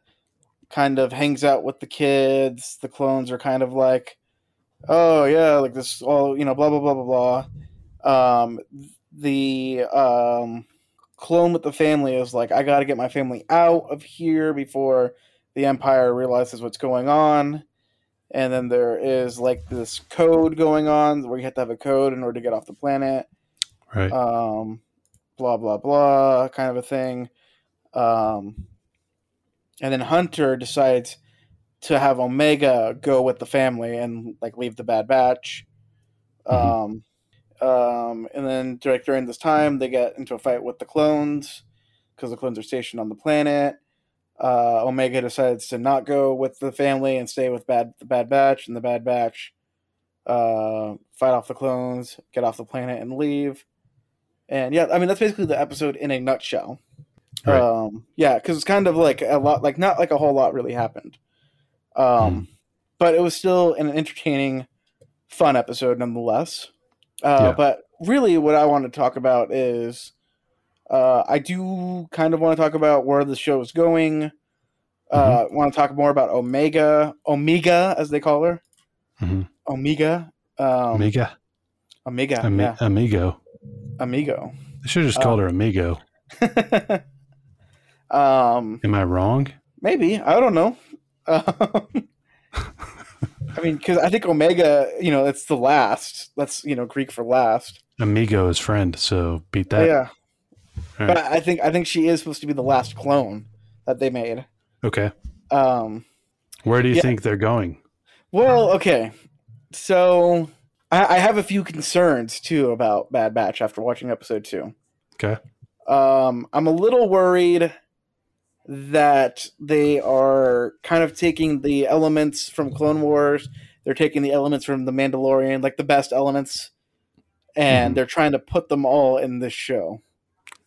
Speaker 2: kind of hangs out with the kids. The clones are kind of like, oh yeah, like this all you know, blah blah blah blah blah. Um, the um, clone with the family is like, I got to get my family out of here before the Empire realizes what's going on. And then there is like this code going on where you have to have a code in order to get off the planet
Speaker 1: right
Speaker 2: um, blah blah blah kind of a thing. Um, and then Hunter decides to have Omega go with the family and like leave the Bad Batch. Um, um, and then direct during this time, they get into a fight with the clones because the clones are stationed on the planet. Uh, Omega decides to not go with the family and stay with Bad the Bad Batch, and the Bad Batch uh, fight off the clones, get off the planet, and leave. And yeah, I mean that's basically the episode in a nutshell.
Speaker 1: Right.
Speaker 2: Um, yeah, because it's kind of like a lot, like not like a whole lot really happened, um, but it was still an entertaining, fun episode nonetheless. Uh,
Speaker 1: Yeah.
Speaker 2: But really, what I want to talk about is, uh, I do kind of want to talk about where the show is going. Uh, Want to talk more about Omega, Omega as they call her,
Speaker 1: Mhm.
Speaker 2: Omega, um,
Speaker 1: Amiga,
Speaker 2: Omega,
Speaker 1: Ami-
Speaker 2: yeah, Uh,
Speaker 1: amigo
Speaker 2: Amigo.
Speaker 1: they should have just called her amigo
Speaker 2: um,
Speaker 1: am i wrong
Speaker 2: maybe I don't know. *laughs* Um, I mean, because I think Omega, you know, it's the last. That's you know Greek for last.
Speaker 1: amigo is friend so beat that
Speaker 2: yeah,
Speaker 1: All
Speaker 2: but I think I think she is supposed to be the last clone that they made.
Speaker 1: okay
Speaker 2: Um,
Speaker 1: where do you
Speaker 2: Yeah.
Speaker 1: think they're going
Speaker 2: Well, okay. So I, I have a few concerns too about Bad Batch after watching episode two.
Speaker 1: Okay.
Speaker 2: Um, I'm a little worried that they are kind of taking the elements from Clone Wars, they're taking the elements from The Mandalorian, like the best elements, and
Speaker 1: Mhm.
Speaker 2: they're trying to put them all in this show.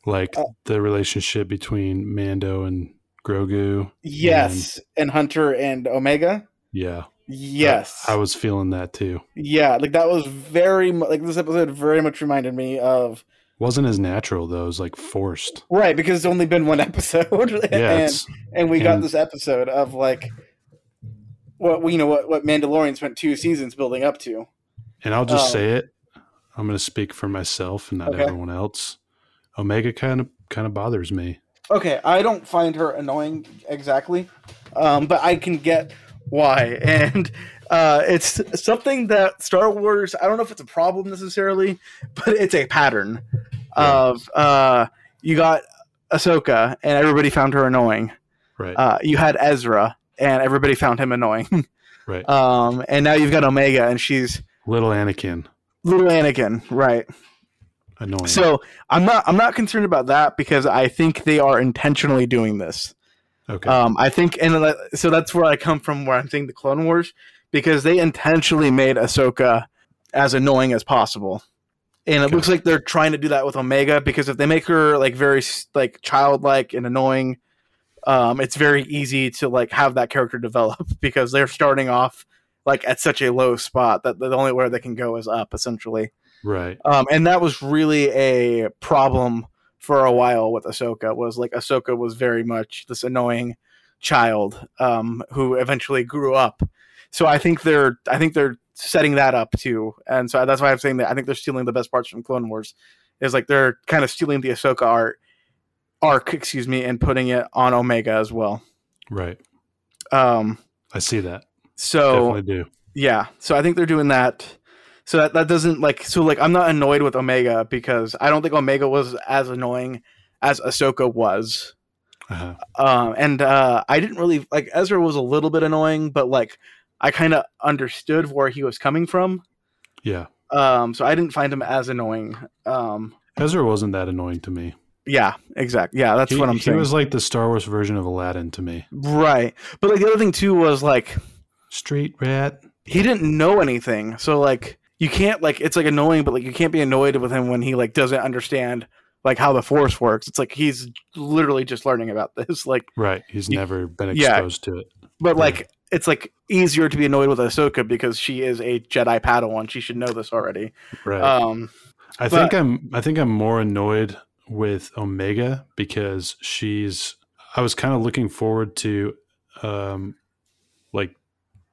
Speaker 1: Like
Speaker 2: Uh,
Speaker 1: the relationship between Mando and Grogu.
Speaker 2: Yes, and Hunter and Omega.
Speaker 1: Yeah.
Speaker 2: Yes.
Speaker 1: I was feeling that too.
Speaker 2: Yeah, like that was very mu- like this episode very much reminded me of
Speaker 1: Wasn't as natural though. It was like
Speaker 2: *laughs*
Speaker 1: forced.
Speaker 2: right because it's only been one *laughs* episode,
Speaker 1: Yeah.
Speaker 2: and,
Speaker 1: it's-
Speaker 2: and we got
Speaker 1: and-
Speaker 2: this episode of like what we you know what what Mandalorian spent two seasons building up to.
Speaker 1: and I'll just
Speaker 2: um,
Speaker 1: say it. I'm going to speak for myself and not
Speaker 2: Okay.
Speaker 1: everyone else. Omega kind of kind of bothers me.
Speaker 2: Okay, I don't find her annoying exactly, um, but I can get why, *laughs* and uh, it's something that Star Wars. I don't know if it's a problem necessarily, but it's a pattern of uh, you got Ahsoka, and everybody found her annoying.
Speaker 1: Right.
Speaker 2: uh, you had Ezra, and everybody found him annoying.
Speaker 1: Right.
Speaker 2: Um, and now you've got Omega, and she's
Speaker 1: Little Anakin.
Speaker 2: little Anakin, right?
Speaker 1: Annoying.
Speaker 2: So I'm not I'm not concerned about that because I think they are intentionally doing this.
Speaker 1: okay.
Speaker 2: Um, I think, and uh, so that's where I come from, where I'm thinking the Clone Wars, because they intentionally made Ahsoka as annoying as possible, and it
Speaker 1: Okay.
Speaker 2: looks like they're trying to do that with Omega because if they make her like very s- like childlike and annoying, um, it's very easy to like have that character develop *laughs* because they're starting off like at such a low spot that the only way they can go is up essentially,
Speaker 1: right.
Speaker 2: um, and that was really a problem for a while with Ahsoka was like Ahsoka was very much this annoying child um, who eventually grew up. So I think they're I think they're setting that up too, and so that's why I'm saying that I think they're stealing the best parts from Clone Wars. Is like they're kind of stealing the Ahsoka art arc, excuse me, and putting it on Omega as well.
Speaker 1: Right.
Speaker 2: Um,
Speaker 1: I see that.
Speaker 2: so
Speaker 1: Definitely do.
Speaker 2: yeah, so I think they're doing that. So that, that doesn't like so like I'm not annoyed with Omega because I don't think Omega was as annoying as Ahsoka was.
Speaker 1: Uh-huh.
Speaker 2: Um, and uh, I didn't really like Ezra was a little bit annoying, but like I kind of understood where he was coming from.
Speaker 1: Yeah.
Speaker 2: Um, so I didn't find him as annoying. Um,
Speaker 1: Ezra wasn't that annoying to me.
Speaker 2: yeah, exactly. Yeah, that's
Speaker 1: he,
Speaker 2: what I'm
Speaker 1: he
Speaker 2: saying.
Speaker 1: was like the Star Wars version of Aladdin to me.
Speaker 2: right, but like the other thing too was like
Speaker 1: Street rat.
Speaker 2: he didn't know anything. So like you can't like it's like annoying, but like you can't be annoyed with him when he like doesn't understand like how the force works. It's like he's literally just learning about *laughs* this. Like
Speaker 1: Right. He's
Speaker 2: You-
Speaker 1: never been
Speaker 2: yeah.
Speaker 1: exposed to it.
Speaker 2: but like it's like easier to be annoyed with Ahsoka because she is a Jedi Padawan. She should know this already.
Speaker 1: Right.
Speaker 2: Um
Speaker 1: I
Speaker 2: but-
Speaker 1: think I'm I think I'm more annoyed with Omega because she's I was kind of looking forward to um like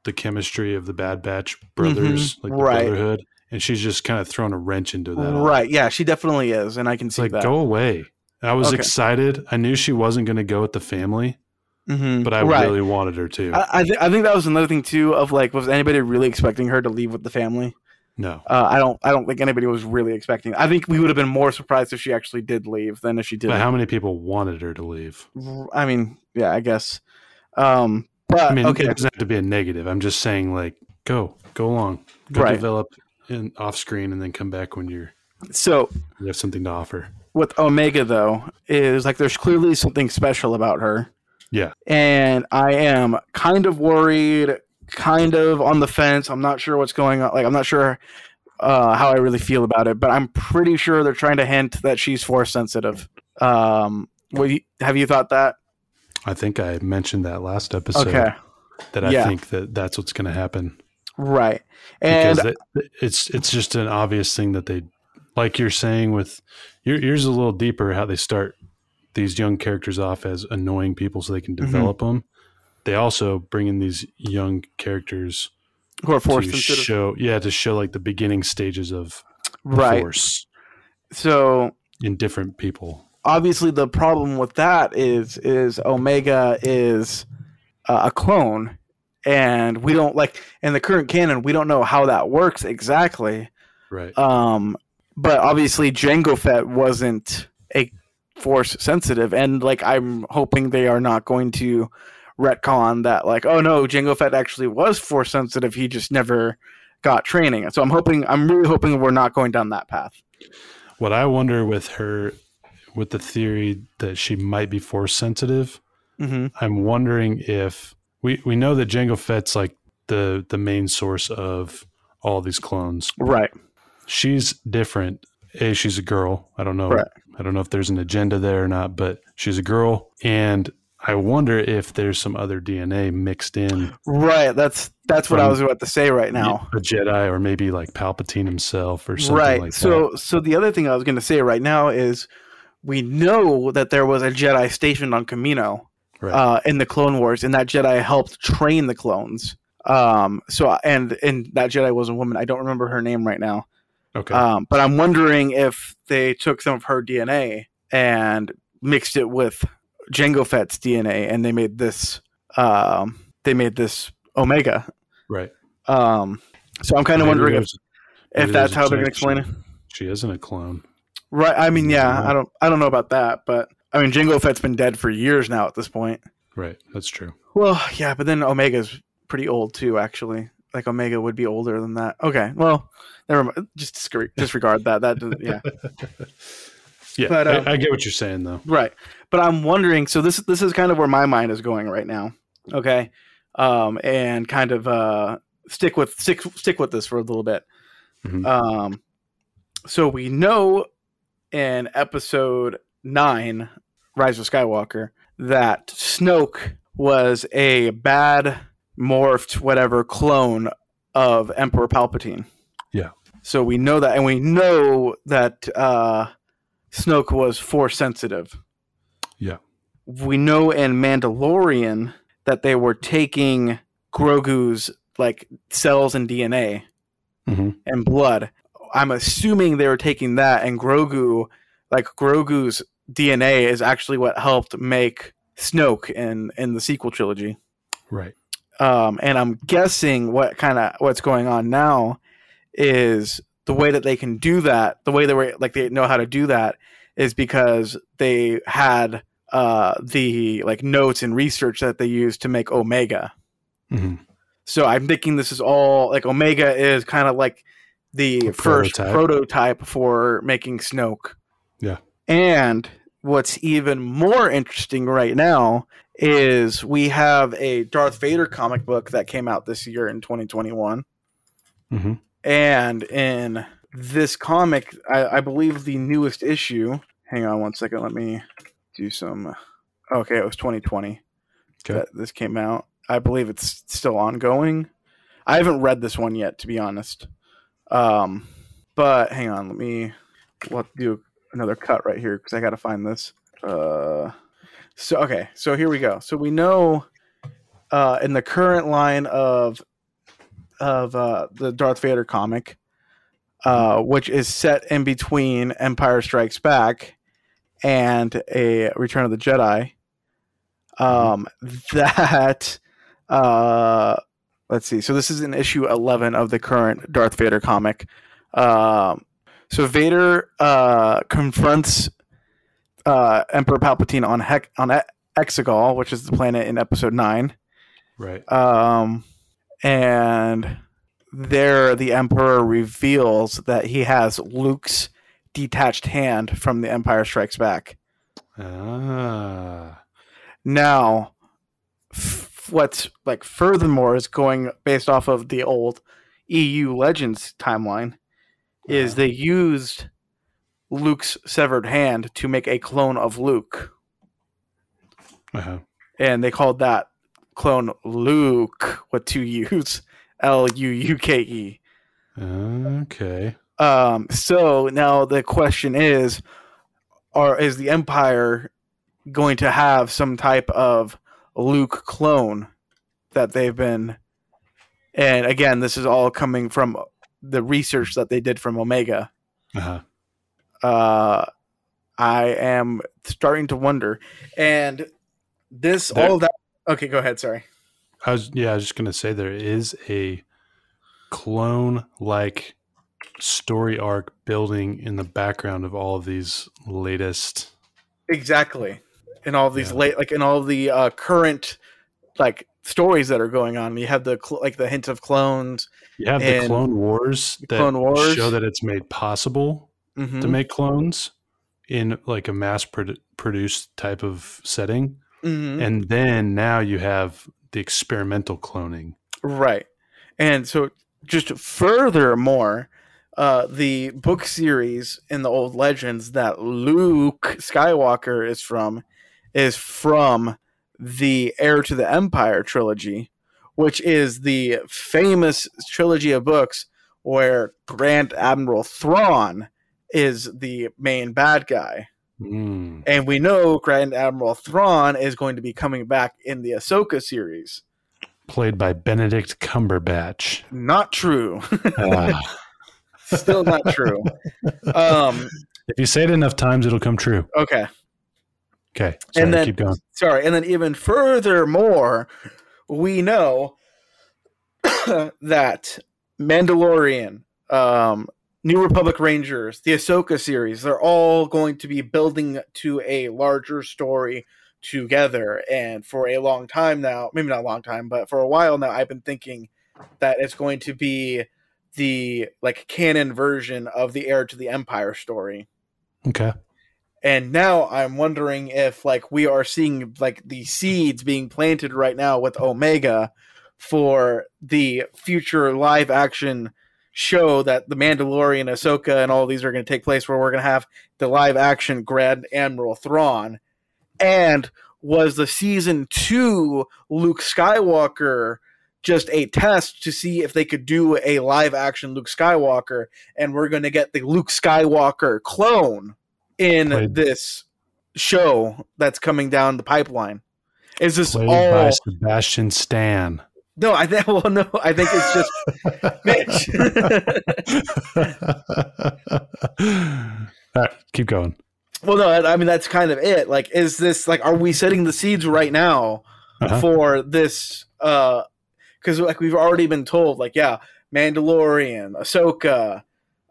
Speaker 1: the chemistry of the Bad Batch brothers, like the
Speaker 2: Mm-hmm. right.
Speaker 1: brotherhood. And she's just kind of thrown a wrench into that. all.
Speaker 2: right. Yeah, she definitely is, and I can
Speaker 1: It's
Speaker 2: see
Speaker 1: like
Speaker 2: that.
Speaker 1: go away. I was
Speaker 2: Okay.
Speaker 1: excited. I knew she wasn't gonna go with the family,
Speaker 2: Mhm,
Speaker 1: but I
Speaker 2: right.
Speaker 1: really wanted her to.
Speaker 2: I, I, th- I think that was another thing too of like was anybody really expecting her to leave with the family?
Speaker 1: no.
Speaker 2: Uh, I don't. I don't think anybody was really expecting. I think we would have been more surprised if she actually did leave than if she did.
Speaker 1: But how many people wanted her to leave?
Speaker 2: I mean, yeah, I guess. Um, but
Speaker 1: I mean,
Speaker 2: okay,
Speaker 1: it doesn't have to be a negative. I'm just saying, like, go, go along, go
Speaker 2: Right.
Speaker 1: develop in off screen, and then come back when you're
Speaker 2: so
Speaker 1: you have something to offer.
Speaker 2: with Omega though is like there's clearly something special about her.
Speaker 1: Yeah.
Speaker 2: and I am kind of worried, kind of on the fence. I'm not sure what's going on. Like, I'm not sure uh, how I really feel about it, but I'm pretty sure they're trying to hint that she's force sensitive. Um, what do you, have you thought that?
Speaker 1: I think I mentioned that last episode
Speaker 2: Okay,
Speaker 1: that I
Speaker 2: yeah.
Speaker 1: think that that's what's going to happen
Speaker 2: right, and
Speaker 1: because that, it's it's just an obvious thing that they like you're saying with your, yours is a little deeper how they start these young characters off as annoying people so they can
Speaker 2: Mm-hmm.
Speaker 1: develop them. They also bring in these young characters
Speaker 2: who are force
Speaker 1: to
Speaker 2: sensitive,
Speaker 1: show yeah to show like the beginning stages of the
Speaker 2: right?
Speaker 1: force.
Speaker 2: So
Speaker 1: in different people.
Speaker 2: obviously the problem with that is is omega is uh, a clone and we don't like in the current canon we don't know how that works exactly
Speaker 1: Right.
Speaker 2: um but obviously Jango Fett wasn't a force sensitive and like I'm hoping they are not going to retcon that like, oh no, Jango Fett actually was force sensitive. He just never got training. So I'm hoping, I'm really hoping we're not going down that path.
Speaker 1: What I wonder with her, with the theory that she might be force sensitive,
Speaker 2: Mm-hmm.
Speaker 1: I'm wondering if we we know that Jango Fett's like the the main source of all these clones.
Speaker 2: Right.
Speaker 1: She's different. A, she's a girl. I don't know.
Speaker 2: Right.
Speaker 1: I don't know if there's an agenda there or not, but she's a girl, and I wonder if there's some other DNA mixed in
Speaker 2: Right. That's that's what I
Speaker 1: From-
Speaker 2: was about to say right now.
Speaker 1: a Jedi or maybe like Palpatine himself or something
Speaker 2: right.
Speaker 1: like
Speaker 2: so so the other thing I was going to say right now is we know that there was a Jedi stationed on Kamino
Speaker 1: that. Right.
Speaker 2: uh, in the Clone Wars, and that Jedi helped train the clones. Um. So and and that Jedi was a woman. I don't remember her name right now.
Speaker 1: okay.
Speaker 2: Um. But I'm wondering if they took some of her DNA and mixed it with Jango Fett's DNA, and they made this. Um. They made this Omega.
Speaker 1: right.
Speaker 2: Um. So I'm kind of
Speaker 1: Maybe
Speaker 2: wondering if
Speaker 1: there's- maybe
Speaker 2: if
Speaker 1: there's
Speaker 2: that's
Speaker 1: a
Speaker 2: how they're going to
Speaker 1: chance
Speaker 2: explain it.
Speaker 1: She isn't a clone.
Speaker 2: Right. I mean, yeah,
Speaker 1: Yeah.
Speaker 2: I don't I don't know about that, but I mean Jingo Fett's been dead for years now at this point.
Speaker 1: Right. That's true.
Speaker 2: Well, yeah, but then Omega's pretty old too, actually. Like Omega would be older than that. Okay. Well, never mind. Just discre- disregard that. That doesn't, yeah.
Speaker 1: Yeah.
Speaker 2: But, um,
Speaker 1: I, I get what you're saying though.
Speaker 2: Right. But I'm wondering, so this this is kind of where my mind is going right now. Okay. Um and kind of uh stick with stick stick with this for a little bit.
Speaker 1: Mhm.
Speaker 2: Um so we know in episode 9 Rise of Skywalker that Snoke was a bad morphed whatever clone of Emperor Palpatine.
Speaker 1: Yeah.
Speaker 2: So we know that and we know that uh Snoke was force sensitive.
Speaker 1: Yeah.
Speaker 2: We know in Mandalorian that they were taking Grogu's like cells and DNA
Speaker 1: Mhm.
Speaker 2: and blood. I'm assuming they were taking that and Grogu like Grogu's DNA is actually what helped make Snoke in in the sequel trilogy.
Speaker 1: Right.
Speaker 2: Um and I'm guessing what kind of what's going on now is the way that they can do that, the way they were like they know how to do that is because they had uh the like notes and research that they used to make Omega. Mm-hmm.
Speaker 1: hmm
Speaker 2: So I'm thinking this is all like Omega is kind of like the
Speaker 1: A
Speaker 2: first
Speaker 1: prototype.
Speaker 2: prototype for making Snoke.
Speaker 1: Yeah.
Speaker 2: And what's even more interesting right now is we have a Darth Vader comic book that came out this year in 2021.
Speaker 1: hmm
Speaker 2: And in this comic, I, I believe the newest issue. Hang on one second. Let me do some. Okay, it was 2020
Speaker 1: Okay.
Speaker 2: that this came out. I believe it's still ongoing. I haven't read this one yet, to be honest. Um, but hang on, let me let do another cut right here because I got to find this. Uh, so okay, so here we go. So we know uh, in the current line of of uh, the Darth Vader comic, uh, which is set in between Empire Strikes Back and a Return of the Jedi. Um, *laughs* that uh, let's see. So this is in issue eleven of the current Darth Vader comic. Um, so Vader uh, confronts uh, Emperor Palpatine on Hec- on e- Exegol, which is the planet in Episode Nine
Speaker 1: Right.
Speaker 2: um, and there the emperor reveals that he has luke's detached hand from the empire strikes back
Speaker 1: Ah.
Speaker 2: now f- what's like furthermore is going based off of the old eu legends timeline is they used luke's severed hand to make a clone of luke
Speaker 1: Uh-huh.
Speaker 2: and they called that clone luke with two u's l-u-u-k-e
Speaker 1: Okay.
Speaker 2: Um, so now the question is, are is the Empire going to have some type of Luke clone that they've been? And again, this is all coming from the research that they did from Omega.
Speaker 1: Uh-huh.
Speaker 2: Uh, I am starting to wonder, and this
Speaker 1: There-
Speaker 2: all that. Okay, go ahead. Sorry.
Speaker 1: I was yeah, I was just gonna say there is a clone like story arc building in the background of all of these latest
Speaker 2: Exactly. In all these
Speaker 1: Yeah.
Speaker 2: late, like in all the uh, current like stories that are going on. You have the cl- like the hint of clones.
Speaker 1: You have the
Speaker 2: And-
Speaker 1: Clone Wars that
Speaker 2: Clone Wars.
Speaker 1: show that it's made possible
Speaker 2: Mhm.
Speaker 1: to make clones in like a mass produ- produced type of setting.
Speaker 2: Mhm.
Speaker 1: And then now you have the experimental cloning.
Speaker 2: Right. And so just furthermore, uh, the book series in the old legends that Luke Skywalker is from is from the Heir to the Empire trilogy, which is the famous trilogy of books where Grand Admiral Thrawn is the main bad guy.
Speaker 1: Mm.
Speaker 2: And we know Grand Admiral Thrawn is going to be coming back in the Ahsoka series.
Speaker 1: Played by Benedict Cumberbatch.
Speaker 2: Not true.
Speaker 1: Ah,
Speaker 2: still not true um
Speaker 1: if you say it enough times, it'll come true.
Speaker 2: okay
Speaker 1: Okay. Sorry,
Speaker 2: and then
Speaker 1: keep going.
Speaker 2: sorry and then even furthermore we know *coughs* that mandalorian um new republic rangers the ahsoka series they're all going to be building to a larger story together and for a long time now maybe not a long time but for a while now i've been thinking that it's going to be the like canon version of the heir to the empire story
Speaker 1: Okay.
Speaker 2: and now i'm wondering if like we are seeing like the seeds being planted right now with omega for the future live action show that the mandalorian ahsoka and all these are going to take place where we're going to have the live action grand admiral thrawn and was the season two luke skywalker just a test to see if they could do a live action luke skywalker and we're going to get the luke skywalker clone in
Speaker 1: Played-
Speaker 2: this show that's coming down the pipeline is this
Speaker 1: Played
Speaker 2: all
Speaker 1: by Sebastian
Speaker 2: *laughs*
Speaker 1: Stan.
Speaker 2: no, I think. Well, no, I think it's just Mitch.
Speaker 1: All right, keep going.
Speaker 2: well, no, I I mean that's kind of it. Like, is this like, are we setting the seeds right now
Speaker 1: Uh-huh.
Speaker 2: for this? Because like we've already been told, like, yeah, Mandalorian, Ahsoka,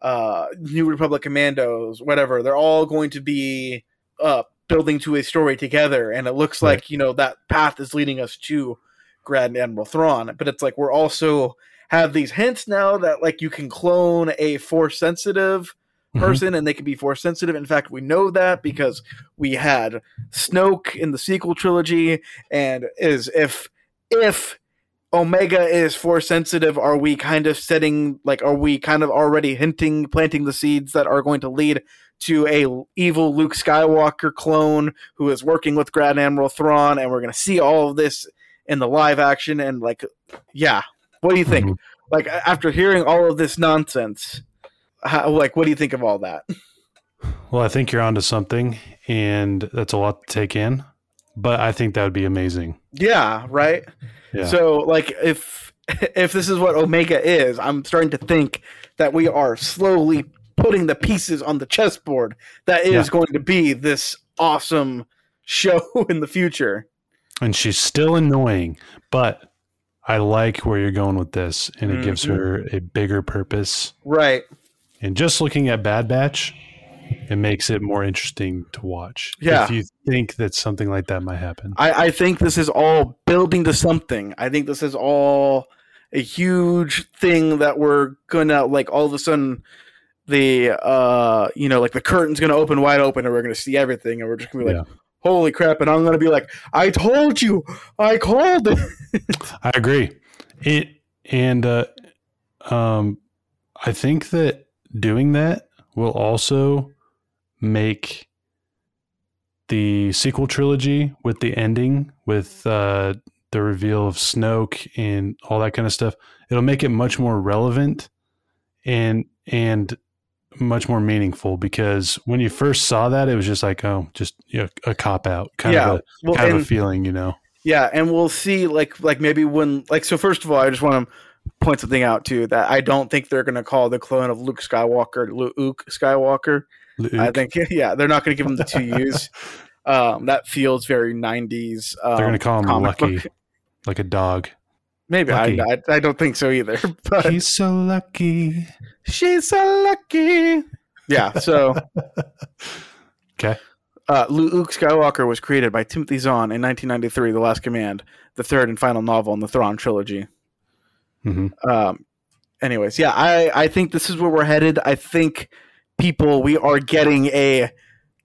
Speaker 2: uh, New Republic Commandos, whatever. They're all going to be uh, building to a story together, and it looks
Speaker 1: Right.
Speaker 2: like you know that path is leading us to Grand Admiral Thrawn. But it's like we're also have these hints now that like you can clone a force sensitive
Speaker 1: Mhm.
Speaker 2: person and they can be force sensitive. In fact, we know that because we had Snoke in the sequel trilogy and is if if Omega is force sensitive, are we kind of setting like are we kind of already hinting planting the seeds that are going to lead to a evil Luke Skywalker clone who is working with Grand Admiral Thrawn and we're going to see all of this in the live action and like yeah, what do you think?
Speaker 1: Mhm.
Speaker 2: Like a- after hearing all of this nonsense, how, like what do you think of all that
Speaker 1: Well, I think you're onto something, and that's a lot to take in. But I think that would be amazing.
Speaker 2: yeah right
Speaker 1: Yeah.
Speaker 2: so like if if this is what omega is i'm starting to think that we are slowly putting the pieces on the chessboard that is
Speaker 1: Yeah.
Speaker 2: going to be this awesome *laughs* show in the future
Speaker 1: and she's still annoying, but I like where you're going with this, and it gives
Speaker 2: Mhm.
Speaker 1: her a bigger purpose.
Speaker 2: right
Speaker 1: And just looking at Bad Batch, it makes it more interesting to watch.
Speaker 2: Yeah.
Speaker 1: If you think that something like that might happen.
Speaker 2: I, I think this is all building to something. I think this is all a huge thing that we're gonna like all of a sudden the uh you know like the curtain's gonna open wide open and we're gonna see everything and we're just gonna be like holy crap and I'm gonna be like I told you I
Speaker 1: *laughs*
Speaker 2: called it
Speaker 1: I agree. It and uh, um, I think that doing that will also make the sequel trilogy with the ending with uh, the reveal of Snoke and all that kind of stuff. It'll make it much more relevant and and much more meaningful because when you first saw that, it was just like oh, just you know, a cop out kind
Speaker 2: Yeah.
Speaker 1: of a,
Speaker 2: well
Speaker 1: kind of a
Speaker 2: and
Speaker 1: feeling, you know.
Speaker 2: yeah and we'll see like like maybe when like so first of all I just want to point something out too that I don't think they're gonna call the clone of Luke Skywalker Luke Skywalker I
Speaker 1: Luke.
Speaker 2: think *laughs* yeah, they're not going to give him
Speaker 1: *laughs*
Speaker 2: the two U's. Um, that feels very '90s. Um,
Speaker 1: They're gonna call him
Speaker 2: comic
Speaker 1: Lucky,
Speaker 2: book.
Speaker 1: like a dog.
Speaker 2: Maybe I,
Speaker 1: Lucky.
Speaker 2: I, I don't think so either. But
Speaker 1: He's so lucky.
Speaker 2: she's so lucky. Yeah. So
Speaker 1: 'Kay.
Speaker 2: Uh, Luke Skywalker was created by Timothy Zahn in 1993, The Last Command. the third and final novel in the Thrawn trilogy.
Speaker 1: hmm
Speaker 2: Um, anyways, yeah, I, I think this is where we're headed. I think people, we are getting a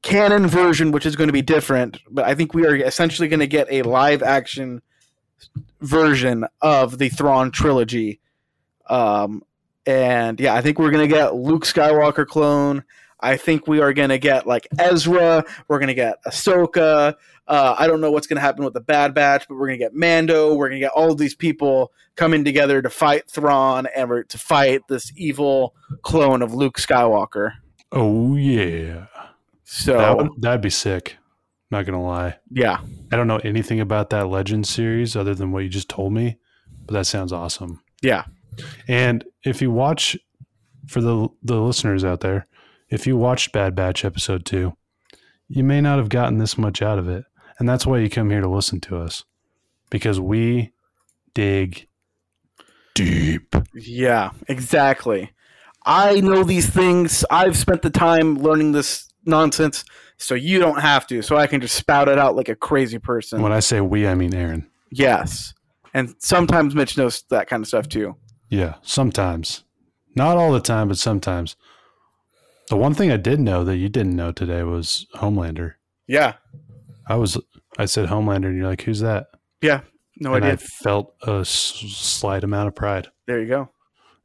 Speaker 2: canon version, which is going to be different, but I think we are essentially going to get a live action version of the Thrawn trilogy. Um, and yeah, I think we're going to get Luke Skywalker clone. I think we are going to get like Ezra. We're going to get Ahsoka. Uh, I don't know what's going to happen with the Bad Batch, but we're going to get Mando. We're going to get all of these people coming together to fight Thrawn and we're- to fight this evil clone of Luke Skywalker.
Speaker 1: Oh yeah, that
Speaker 2: So,
Speaker 1: would, that'd be sick. Not gonna lie,
Speaker 2: yeah.
Speaker 1: I don't know anything about that Legend series other than what you just told me, but that sounds awesome.
Speaker 2: Yeah.
Speaker 1: And if you watch, for the the listeners out there, if you watched Bad Batch episode two, you may not have gotten this much out of it, and that's why you come here to listen to us, because we dig deep.
Speaker 2: Yeah, exactly. I know these things. I've spent the time learning this nonsense, so you don't have to. So I can just spout it out like a crazy person.
Speaker 1: When I say we, I mean Aaron.
Speaker 2: yes. And sometimes Mitch knows that kind of stuff too.
Speaker 1: Yeah, sometimes. Not all the time, but sometimes. The one thing I did know that you didn't know today was Homelander.
Speaker 2: Yeah.
Speaker 1: I was I said Homelander and you're like, "Who's that?"
Speaker 2: No
Speaker 1: and I
Speaker 2: idea.
Speaker 1: felt a s- slight amount of pride.
Speaker 2: there you go.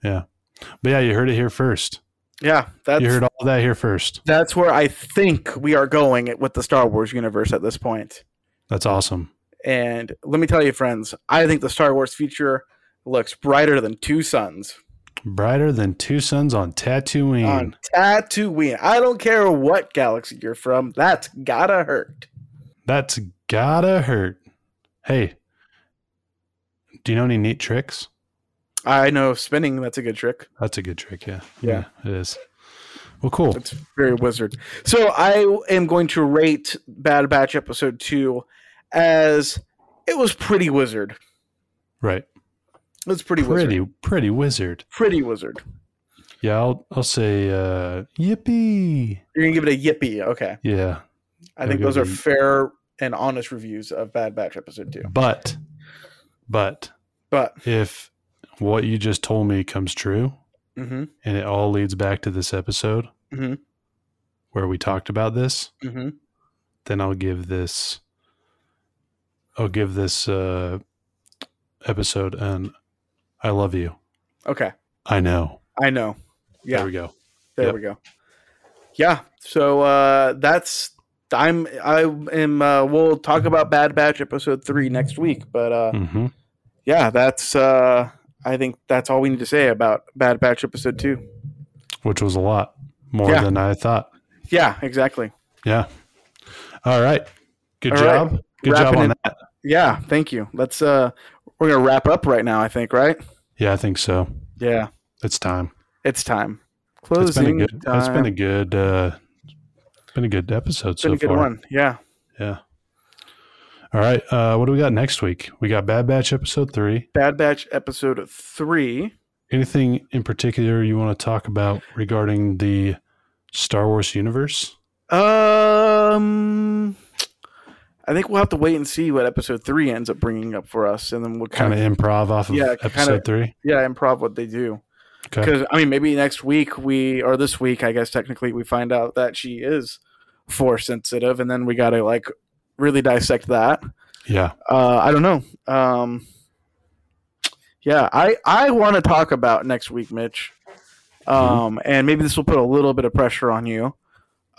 Speaker 1: But yeah, you heard it here first.
Speaker 2: Yeah, that's
Speaker 1: you heard all that here first.
Speaker 2: that's where I think we are going with the Star Wars universe at this point.
Speaker 1: That's awesome.
Speaker 2: And let me tell you, friends, I think the Star Wars future looks brighter than two suns
Speaker 1: Brighter than two suns on Tatooine.
Speaker 2: on Tatooine. I don't care what galaxy you're from, that's gotta hurt.
Speaker 1: That's gotta hurt. Hey, do you know any neat tricks?
Speaker 2: I know spinning, that's a good trick.
Speaker 1: That's a good trick. Yeah.
Speaker 2: Yeah.
Speaker 1: it is. Well, cool.
Speaker 2: It's very wizard. So I am going to rate Bad Batch episode two as it was pretty wizard.
Speaker 1: Right.
Speaker 2: It was pretty,
Speaker 1: Pretty,
Speaker 2: wizard.
Speaker 1: pretty wizard.
Speaker 2: Pretty wizard.
Speaker 1: Yeah, I'll I'll say uh, yippee.
Speaker 2: You're gonna give it a yippee. Okay.
Speaker 1: Yeah,
Speaker 2: I
Speaker 1: I'll
Speaker 2: think
Speaker 1: give
Speaker 2: those
Speaker 1: it
Speaker 2: are
Speaker 1: a-
Speaker 2: fair and honest reviews of Bad Batch episode two.
Speaker 1: but but
Speaker 2: But
Speaker 1: if what you just told me comes true
Speaker 2: mm-hmm,
Speaker 1: and it all leads back to this episode
Speaker 2: Mhm.
Speaker 1: where we talked about this,
Speaker 2: mm-hmm.
Speaker 1: then I'll give this I'll give this uh, episode an I love you.
Speaker 2: Okay.
Speaker 1: I know.
Speaker 2: I know. Yeah.
Speaker 1: There we go.
Speaker 2: There
Speaker 1: Yep.
Speaker 2: we go. Yeah. So uh that's I'm I am uh we'll talk about Bad Batch episode 3 next week, but uh
Speaker 1: hmm
Speaker 2: yeah, that's uh I think that's all we need to say about Bad Batch episode 2.
Speaker 1: Which was a lot more
Speaker 2: Yeah.
Speaker 1: than I thought.
Speaker 2: Yeah, exactly.
Speaker 1: Yeah. All right. Good
Speaker 2: All right.
Speaker 1: job. Good
Speaker 2: Wrapping
Speaker 1: job on
Speaker 2: it-
Speaker 1: that.
Speaker 2: Yeah, thank you. Let's uh we're going to wrap up right now, I think, right?
Speaker 1: Yeah, I think so.
Speaker 2: Yeah.
Speaker 1: It's time.
Speaker 2: It's time.
Speaker 1: It's been a
Speaker 2: Closing
Speaker 1: good.
Speaker 2: time.
Speaker 1: It's been a good. Uh, been a good episode
Speaker 2: It's
Speaker 1: so
Speaker 2: been a good
Speaker 1: far.
Speaker 2: one. Yeah.
Speaker 1: Yeah. All right. Uh, what do we got next week? We got Bad Batch episode three.
Speaker 2: Bad Batch episode 3.
Speaker 1: Anything in particular you want to talk about regarding the Star Wars universe?
Speaker 2: Um, I think we'll have to wait and see what episode three ends up bringing up for us, and then we'll
Speaker 1: Kind of improv off of
Speaker 2: Yeah, kinda-
Speaker 1: episode three.
Speaker 2: yeah improv what they do.
Speaker 1: Okay.
Speaker 2: Because I mean, maybe next week we or this week, I guess technically, we find out that she is force sensitive, and then we gotta like really dissect that.
Speaker 1: Yeah.
Speaker 2: Uh, I don't know. Um, yeah, I I want to talk about next week, Mitch. Um, and maybe this will put a little bit of pressure on you.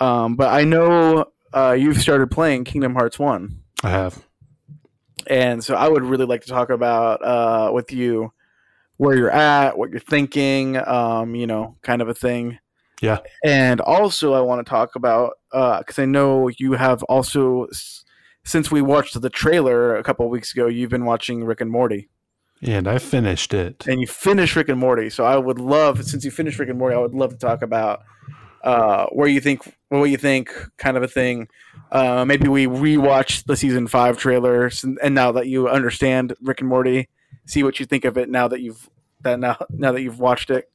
Speaker 2: Um, but I know uh, you've started playing Kingdom Hearts One,
Speaker 1: I have.
Speaker 2: and so I would really like to talk about uh, with you where you're at, what you're thinking, um, you know, kind of a thing.
Speaker 1: Yeah.
Speaker 2: And also, I want to talk about because I know you have also s- since we watched the trailer a couple of weeks ago, you've been watching Rick and Morty,
Speaker 1: And I finished it.
Speaker 2: and you finished Rick and Morty. So I would love since you finished Rick and Morty, I would love to talk about uh, where you think what you think, kind of a thing. Uh, maybe we rewatch the season five trailers, and, and now that you understand Rick and Morty, see what you think of it now that you've that now now that you've watched it.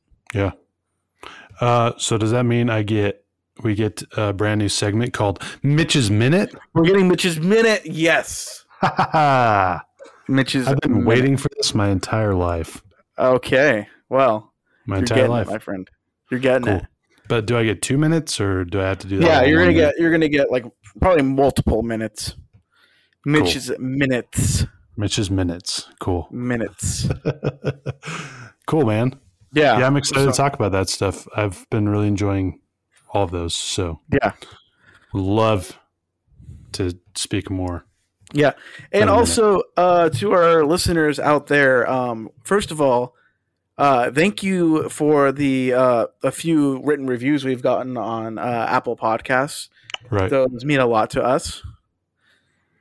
Speaker 1: Uh, so does that mean I get we get a brand new segment called Mitch's Minute? *laughs*
Speaker 2: We're getting Mitch's minute. Yes.
Speaker 1: Ha ha ha!
Speaker 2: Mitch is
Speaker 1: I've been waiting for this my entire life.
Speaker 2: Okay, well,
Speaker 1: My
Speaker 2: you're
Speaker 1: entire
Speaker 2: getting
Speaker 1: life.
Speaker 2: it, my friend. You're getting
Speaker 1: Cool.
Speaker 2: it.
Speaker 1: But do I get two minutes or do I have to do that?
Speaker 2: Yeah,
Speaker 1: all in
Speaker 2: you're gonna
Speaker 1: one
Speaker 2: get
Speaker 1: minute?
Speaker 2: you're gonna get like probably multiple minutes. Mitch
Speaker 1: Cool.
Speaker 2: is minutes,
Speaker 1: Mitch's minutes. Cool. *laughs*
Speaker 2: minutes.
Speaker 1: cool, man.
Speaker 2: Yeah,
Speaker 1: yeah, I'm excited
Speaker 2: so-
Speaker 1: to talk about that stuff. I've been really enjoying all of those. So
Speaker 2: Yeah.
Speaker 1: would love to speak more. in a
Speaker 2: and
Speaker 1: minute.
Speaker 2: also uh, to our listeners out there, um, first of all, uh, thank you for the uh, a few written reviews we've gotten on uh, Apple Podcasts.
Speaker 1: Right.
Speaker 2: Those mean a lot to us.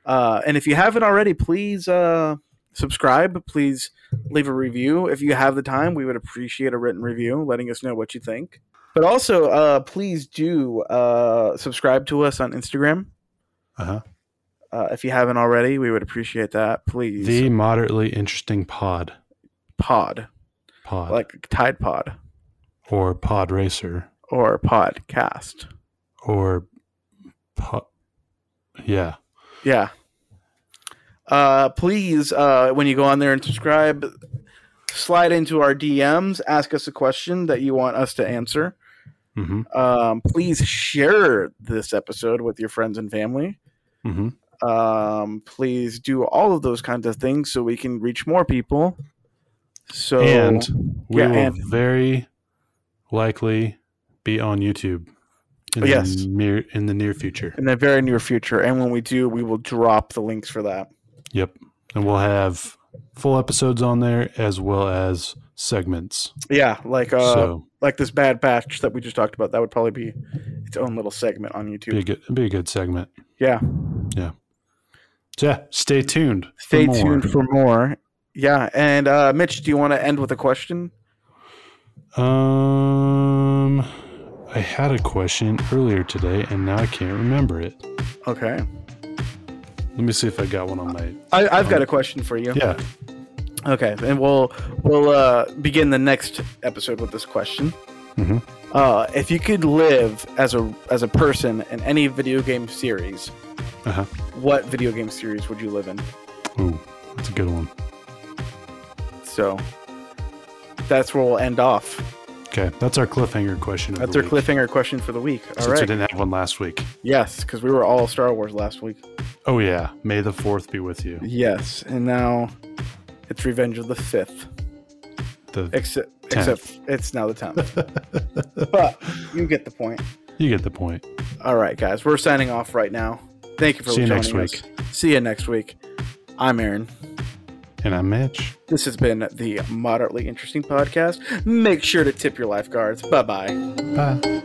Speaker 2: Uh, and if you haven't already, please uh, subscribe. Please leave a review. If you have the time, we would appreciate a written review letting us know what you think. But also, uh, please do uh, subscribe to us on Instagram.
Speaker 1: Uh-huh.
Speaker 2: Uh, if you haven't already, we would appreciate that. Please.
Speaker 1: The moderately interesting pod.
Speaker 2: pod,
Speaker 1: Pod.
Speaker 2: like Tide Pod
Speaker 1: or pod racer.
Speaker 2: or podcast.
Speaker 1: Or pod. Yeah.
Speaker 2: Yeah. Uh, please, uh, when you go on there and subscribe, slide into our DMs, ask us a question that you want us to answer.
Speaker 1: Mm-hmm.
Speaker 2: Um, please share this episode with your friends and family.
Speaker 1: Mm-hmm.
Speaker 2: Um, please do all of those kinds of things so we can reach more people. So
Speaker 1: and we
Speaker 2: yeah,
Speaker 1: will
Speaker 2: and-
Speaker 1: very likely be on YouTube in
Speaker 2: Yes.
Speaker 1: the near in the near future.
Speaker 2: in the very near future, and when we do, we will drop the links for that.
Speaker 1: Yep. And we'll have full episodes on there as well as segments.
Speaker 2: Yeah, like uh,
Speaker 1: so
Speaker 2: like this bad batch that we just talked about. That would probably be its own little segment on YouTube.
Speaker 1: be a good be a good segment.
Speaker 2: Yeah.
Speaker 1: So yeah, stay tuned. for
Speaker 2: Stay
Speaker 1: more.
Speaker 2: tuned for more. Yeah, and uh, Mitch, do you want to end with a question?
Speaker 1: Um I had a question earlier today and now I can't remember it.
Speaker 2: Okay,
Speaker 1: Let me see if I got one on my
Speaker 2: I, I've got a question for you.
Speaker 1: Yeah.
Speaker 2: Okay, and we'll we'll uh, begin the next episode with this question.
Speaker 1: Mhm.
Speaker 2: Uh, if you could live as a as a person in any video game series,
Speaker 1: Uh-huh.
Speaker 2: what video game series would you live in?
Speaker 1: Ooh, that's a good one.
Speaker 2: So that's where we'll end off.
Speaker 1: Okay. That's our cliffhanger question. Of
Speaker 2: That's
Speaker 1: the
Speaker 2: our
Speaker 1: week,
Speaker 2: cliffhanger question for the week. All
Speaker 1: Since
Speaker 2: right.
Speaker 1: we didn't have one last week.
Speaker 2: Yes, because we were all Star Wars last week.
Speaker 1: Oh yeah. May the fourth be with you.
Speaker 2: Yes, and now it's Revenge of the Fifth.
Speaker 1: The
Speaker 2: Except,
Speaker 1: Tenth.
Speaker 2: except it's now the tenth. but you get the point.
Speaker 1: you get the point.
Speaker 2: All right, guys, we're signing off right now. Thank you for
Speaker 1: See you
Speaker 2: joining
Speaker 1: next
Speaker 2: us. See you next week. I'm Aaron.
Speaker 1: And I match.
Speaker 2: This has been the moderately interesting podcast. Make sure to tip your lifeguards. Bye bye.
Speaker 1: Bye.